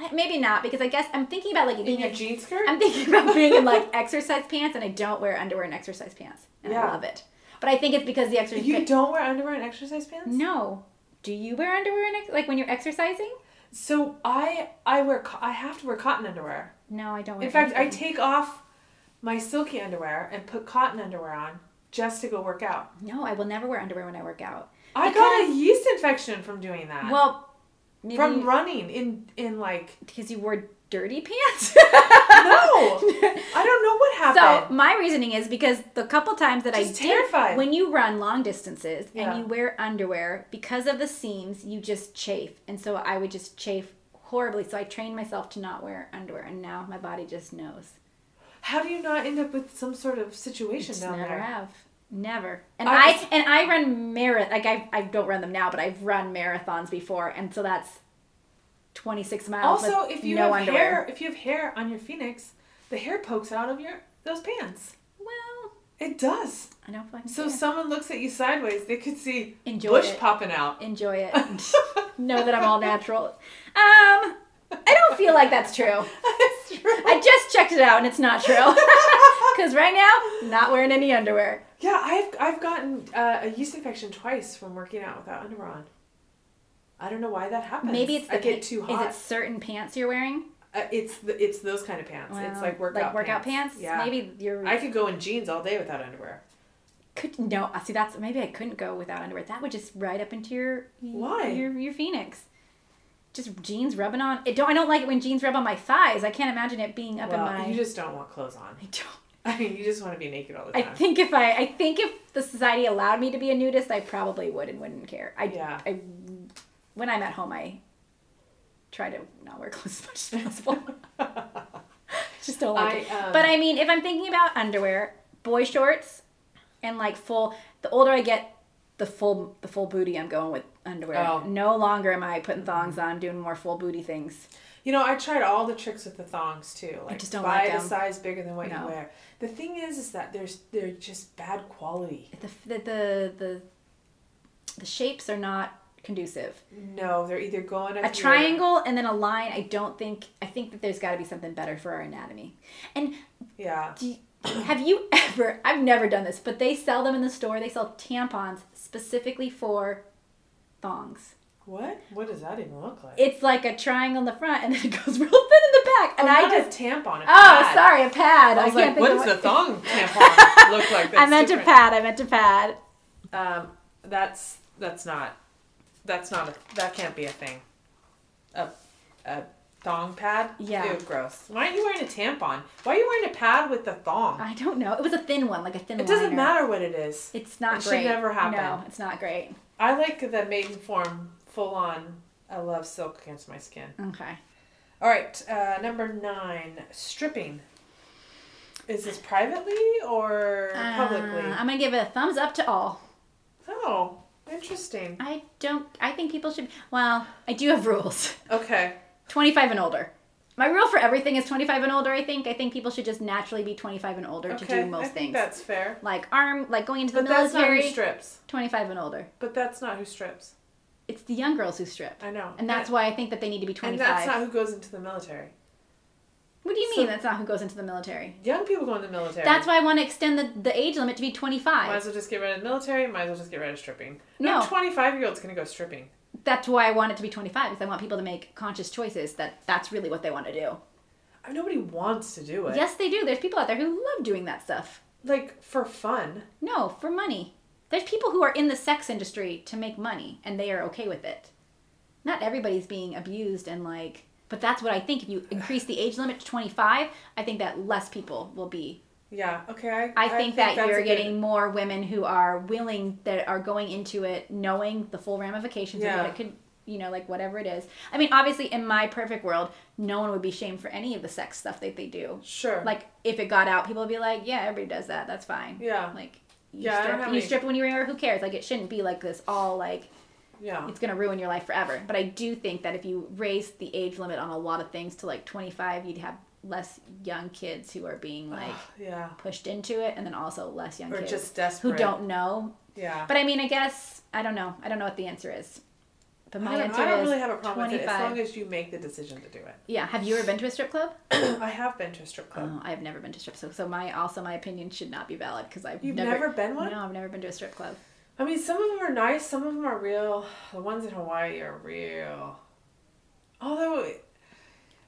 B: uh, maybe not because I guess I'm thinking about like
A: in
B: being
A: your
B: a,
A: jean skirt?
B: I'm thinking about being in like exercise pants, and I don't wear underwear and exercise pants, and I
A: Yeah.
B: love it. But I think it's because the exercise.
A: you
B: pant-
A: don't wear underwear and exercise pants?
B: no. Do you wear underwear and ex- like when you're exercising?
A: So I I wear co- I have to wear cotton underwear.
B: No, I don't. Wear
A: In fact, I
B: anything.
A: take off my silky underwear and put cotton underwear on just to go work out.
B: no, I will never wear underwear when I work out.
A: I got a yeast infection from doing that.
B: Well, maybe
A: Uh, from running in in like
B: because you wore dirty pants.
A: no, I don't know what
B: So
A: happened.
B: my reasoning is because the couple times that I
A: Just
B: did,
A: terrified.
B: when you run long distances
A: Yeah.
B: and you wear underwear, because of the seams, you just chafe, and so I would just chafe horribly. So I trained myself to not wear underwear, and now my body just knows.
A: How do you not end up with some sort of situation
B: Just
A: down
B: never
A: there?
B: have, never. And
A: I
B: I,
A: was-
B: and I run marathon. Like I I don't run them now, but I've run marathons before, and so that's twenty six miles. with
A: Also, if you
B: no
A: have
B: underwear.
A: hair, if you have hair on your phoenix, the hair pokes out of your those pants.
B: well,
A: It does.
B: I don't fucking
A: So
B: care.
A: someone looks at you sideways, they could see
B: Enjoy
A: bush
B: it.
A: popping out.
B: enjoy it. know that I'm all natural. Um, I don't feel like that's true.
A: That's true.
B: I just checked it out and it's not true. Because right now, not wearing any underwear.
A: Yeah, I've I've gotten uh, a yeast infection twice from working out without underwear on. I don't know why that happens.
B: Maybe it's the
A: I get
B: pa-
A: too hot.
B: Is it certain pants you're wearing?
A: uh, it's the, it's those kind of pants. it's
B: Well,
A: like workout
B: like workout pants.
A: Yeah.
B: Maybe you're
A: I could go in jeans all day without underwear.
B: could no. uh, See, that's maybe I couldn't go without underwear. That would just right up into your
A: Why?
B: your your phoenix. Just jeans rubbing on. It don't. I don't like it when jeans rub on my thighs. I can't imagine it being up
A: well,
B: in my.
A: you just don't want clothes on.
B: I don't.
A: I mean, you just want to be naked all the
B: I
A: time.
B: think if I, I think if the society allowed me to be a nudist, I probably would and wouldn't care. I,
A: Yeah.
B: I, when I'm at home, I try to not wear clothes as much as possible. Just don't like it.
A: I, um,
B: but I mean, if I'm thinking about underwear, boy shorts, and like full. The older I get, the full the full booty. I'm going with underwear.
A: Oh.
B: No longer am I putting thongs on, doing more full booty things.
A: You know, I tried all the tricks with the thongs too. Like
B: just don't
A: buy
B: like
A: it a
B: them.
A: size bigger than what
B: No.
A: you wear. The thing is, is that there's they're just bad quality.
B: The the the the, the shapes are not conducive.
A: No, they're either going up
B: a
A: your-
B: triangle and then a line i don't think i think that there's got to be something better for our anatomy and
A: Yeah,
B: do you- have you ever i've never done this but they sell them in the store they sell tampons specifically for thongs
A: what? What does that even look like?
B: it's like a triangle in the front and then it goes real thin in the back and
A: oh,
B: i
A: not
B: just
A: a tampon. A
B: oh
A: pad.
B: sorry a pad i,
A: I was
B: can't
A: like,
B: think
A: what
B: of
A: does a thong tampon look like? That's
B: i meant a
A: different.
B: pad i meant a pad
A: Um, that's that's not that's not a, that can't be a thing. A a thong pad.
B: Yeah.
A: Ew, gross. Why aren't you wearing a tampon? Why are you wearing a pad with the thong?
B: i don't know it was a thin one like a thin
A: it doesn't
B: liner.
A: matter what it is.
B: it's not
A: It should
B: great
A: never happen.
B: no it's not great
A: I like the maiden form full on. I love silk against my skin.
B: okay
A: All right, uh, number nine, stripping. Is this privately or publicly?
B: Uh, i'm gonna give it a thumbs up to all
A: oh, interesting.
B: I don't. I think people should. Well, I do have rules.
A: Okay.
B: 25 and older. My rule for everything is 25 and older. I think. I think people should just naturally be 25 and older to
A: Okay.
B: do most
A: I think
B: things.
A: that's fair.
B: Like arm, like going into the
A: But that's not who
B: military.
A: strips.
B: 25 and older.
A: But that's not who strips.
B: It's the young girls who strip,
A: I know.
B: and that's why I think that they need to be
A: and
B: 25.
A: that's not who goes into the military.
B: what do you
A: so-
B: mean? That's not who goes into the military.
A: Young people go in the military.
B: That's why I want to extend the, the age limit to be 25.
A: might as well just get rid of the military. Might as well just get rid of stripping.
B: No.
A: twenty-five year old's gonna go stripping.
B: That's why I want it to be 25 because I want people to make conscious choices that that's really what they want to do.
A: Nobody wants to do it.
B: Yes, they do. There's people out there who love doing that stuff.
A: Like for fun.
B: No, for money. There's people who are in the sex industry to make money and they are okay with it. Not everybody's being abused and like, but that's what I think. If you increase the age limit to 25, I think that less people will be.
A: Yeah. Okay. I,
B: I think that
A: that's
B: you're
A: a good-
B: getting more women who are willing, that are going into it knowing the full ramifications of
A: Yeah.
B: what it could, you know, like whatever it is. I mean, obviously, in my perfect world, no one would be shamed for any of the sex stuff that they do.
A: sure.
B: Like, if it got out, people would be like, yeah, everybody does that. That's fine.
A: yeah.
B: Like you
A: Yeah, I don't
B: strip,
A: have
B: you
A: any-
B: strip when you're younger, who cares? Like it shouldn't be like this all like
A: yeah.
B: it's gonna ruin your life forever. But I do think that if you raise the age limit on a lot of things to like 25, you'd have less young kids who are being like
A: Yeah.
B: pushed into it, and then also less young
A: Or
B: kids
A: just
B: who
A: desperate.
B: don't know.
A: Yeah.
B: But I mean, I guess I don't know. I don't know what the answer is. But my
A: I don't, know.
B: answer
A: I don't
B: is
A: really have a problem
B: 25.
A: with it as long as you make the decision to do it.
B: yeah. Have you ever been to a strip club?
A: I have been to a strip club.
B: Oh, I've never been to a strip. So, so my also my opinion should not be valid because I've
A: You've
B: never
A: never been one?
B: No, I've never been to a strip club.
A: I mean, some of them are nice, some of them are real. The ones in Hawaii are real. Although,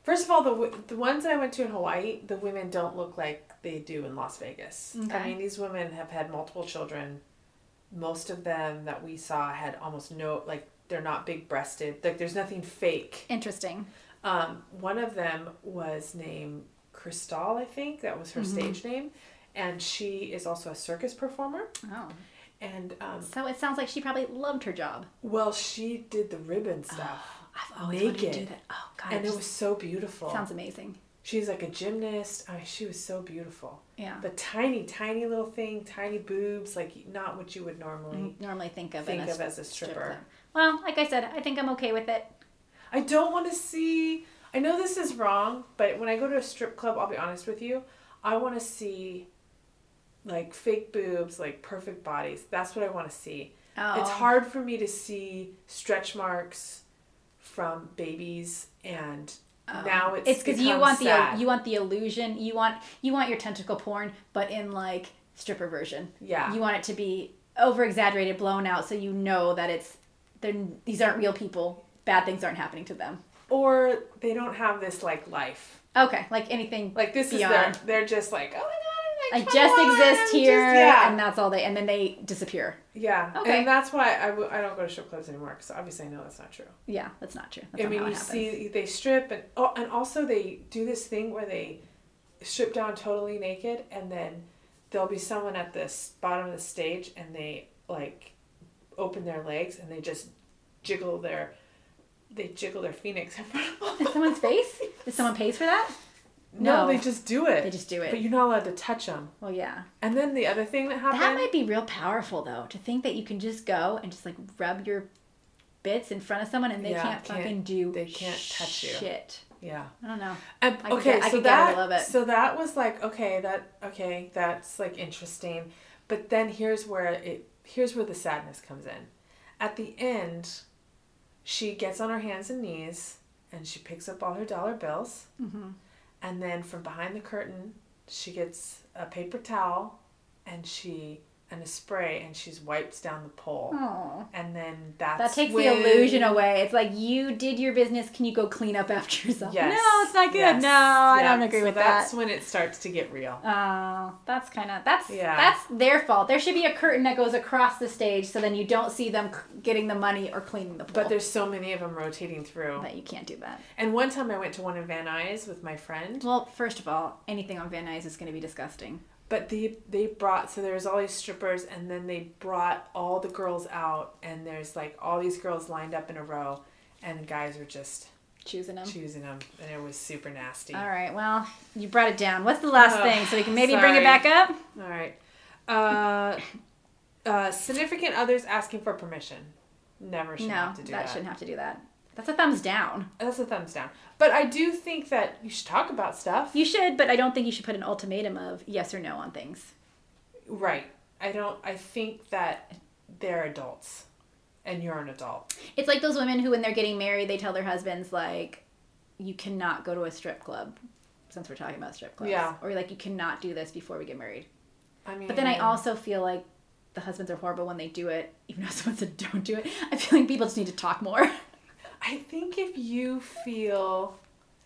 A: first of all, the w- the ones that I went to in Hawaii, the women don't look like they do in Las Vegas.
B: Okay.
A: I mean, these women have had multiple children. Most of them that we saw had almost no like they're not big breasted. Like there's nothing fake.
B: Interesting.
A: Um, one of them was named Cristal, I think that was her stage name, and she is also a circus performer.
B: Oh.
A: And um,
B: So it sounds like she probably loved her job.
A: well, she did the ribbon
B: Ah,
A: stuff,
B: I've
A: always wanted to
B: to
A: do
B: do
A: that.
B: that. Oh god,
A: and it was so beautiful.
B: sounds amazing.
A: She's like a gymnast. I mean, she was so beautiful,
B: Yeah.
A: but tiny, tiny little thing, tiny boobs, like not what you would normally.
B: normally think of
A: Think
B: in a
A: of as a
B: strip
A: stripper.
B: club. Well, like I said, I think I'm okay with it.
A: I don't want to see. I know this is wrong, but when I go to a strip club, I'll be honest with you, I want to see like fake boobs, like perfect bodies. That's what I want to see.
B: Oh.
A: It's hard for me to see stretch marks from babies and now it's
B: Oh. It's because you want the uh,
A: sad.
B: you want the illusion. You want you want your tentacle porn, but in like stripper version.
A: Yeah.
B: You want it to be over exaggerated, blown out, so you know that it's they're, these aren't real people. Bad things aren't happening to them.
A: Or they don't have this like life.
B: Okay, like anything.
A: Like this
B: Beyond.
A: is their they're just like, oh my god, I'm
B: I
A: like
B: just
A: 21,
B: exist
A: I'm
B: here,
A: just- yeah.
B: and that's all they. And then they disappear.
A: yeah.
B: Okay.
A: And that's why I w- I don't go to strip clubs anymore because obviously I know that's not true.
B: Yeah, that's not true. That's
A: I
B: not
A: mean,
B: how
A: you
B: it happens.
A: see they strip and oh, and also they do this thing where they strip down totally naked and then there'll be someone at this bottom of the stage and they like open their legs and they just jiggle their they jiggle their phoenix in front of them.
B: Is someone's face? Did someone pays for that?
A: No,
B: No.
A: they just do it.
B: They just do
A: But
B: it.
A: you're not allowed to touch them.
B: Well, yeah.
A: And then the other thing that happened.
B: That might be real powerful though, to think that you can just go and just like rub your bits in front of someone and they
A: Yeah,
B: can't,
A: can't-
B: fucking do
A: they can't touch you.
B: shit.
A: yeah.
B: I don't know.
A: Um,
B: I could
A: okay,
B: get- I
A: so
B: could get a
A: that
B: little bit.
A: so that was like okay, that okay, that's like interesting, but then here's where it here's where the sadness comes in. At the end, she gets on her hands and knees and she picks up all her dollar bills,
B: Mm-hmm.
A: and then from behind the curtain, she gets a paper towel, and she and a spray, and she's wipes down the pole,
B: Aw.
A: and then Oh, that's
B: That takes
A: when-
B: the illusion away. It's like you did your business. Can you go clean up after yourself?
A: Yes,
B: No, it's not good.
A: yes,
B: No, I
A: yeah,
B: don't agree
A: so
B: with
A: That's
B: that.
A: when it starts to get real.
B: Oh, that's kind of that's
A: Yeah.
B: that's their fault. There should be a curtain that goes across the stage, so then you don't see them c- getting the money or cleaning the pool.
A: But there's so many of them rotating through.
B: but you can't do that.
A: And one time I went to one in Van Nuys with my friend,
B: Well, first of all, anything on Van Nuys is going to be disgusting.
A: but they they brought so there's all these strippers and then they brought all the girls out and there's like all these girls lined up in a row and guys were just
B: Choosing them.
A: choosing them and it was super nasty.
B: All right. Well, you brought it down. What's the last
A: Oh,
B: thing so we can maybe bring it
A: sorry.
B: back up?
A: All right. Uh, uh, significant others asking for permission. Never should
B: no,
A: have to
B: that,
A: do that.
B: shouldn't have to do that. That's a thumbs down.
A: That's a thumbs down. But I do think that you should talk about stuff.
B: You should, but I don't think you should put an ultimatum of yes or no on things.
A: Right. I don't. I think that they're adults, and you're an adult.
B: It's like those women who, when they're getting married, they tell their husbands like, "You cannot go to a strip club," since we're talking about strip clubs.
A: Yeah.
B: Or like, "You cannot do this before we get married."
A: I mean,
B: But then I also feel like the husbands are horrible when they do it, even though someone said don't do it. I feel like people just need to talk more.
A: I think if you feel,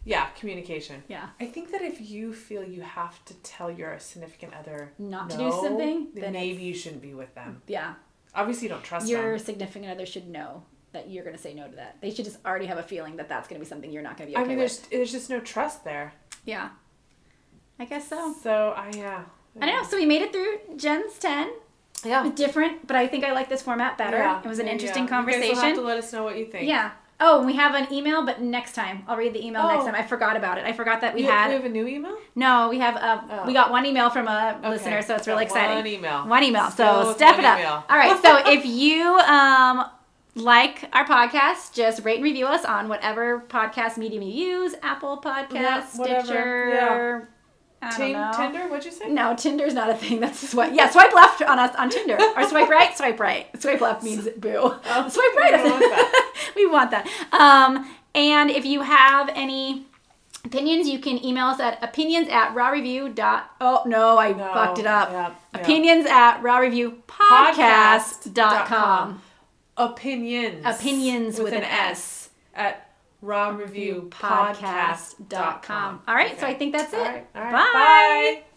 A: yeah, communication.
B: yeah.
A: I think that if you feel you have to tell your significant other
B: Not to
A: no,
B: do something,
A: then,
B: then
A: maybe you shouldn't be with them.
B: Yeah.
A: Obviously, you don't trust
B: your
A: them.
B: significant other should know that you're going to say no to that. They should just already have a feeling that that's going to be something you're not going to be
A: I
B: okay
A: mean,
B: with.
A: there's there's just no trust there.
B: Yeah, I guess so.
A: So I yeah.
B: I don't know. So we made it through Jen's ten. It
A: Yeah.
B: was different, but I think I like this format better.
A: Yeah.
B: It was an
A: Yeah,
B: interesting
A: yeah. You guys will have to
B: conversation.
A: let us know what you think.
B: Yeah. Oh, and we have an email, but next time I'll read the email next
A: Oh.
B: time. I forgot about it. I forgot that we
A: You-
B: had.
A: we have a new email.
B: no, we have. Uh,
A: Oh.
B: We got one email from a listener, so it's really
A: Got
B: exciting.
A: One email.
B: One email.
A: Still
B: So
A: with
B: step
A: one
B: it up.
A: email.
B: All right. So if you um, like our podcast, just rate and review us on whatever podcast medium you use Apple Podcasts,
A: Yeah, whatever.
B: Stitcher. I don't
A: Ting-
B: know.
A: Tinder, what'd you say?
B: No, Tinder's not a thing. That's swipe. Yeah, swipe left on us on Tinder. Or swipe right, swipe right. Swipe left means boo. swipe right.
A: oh, we want that.
B: we want that. Um, and if you have any opinions, you can email us at opinions at rawreview dot. Oh no, I
A: No,
B: fucked it up.
A: yep, yep.
B: Opinions at rawreviewpodcast dot com.
A: opinions
B: Opinions with an
A: s at raw review podcast dot com.
B: All right, so I think that's it.
A: all right, all right,
B: Bye.
A: bye.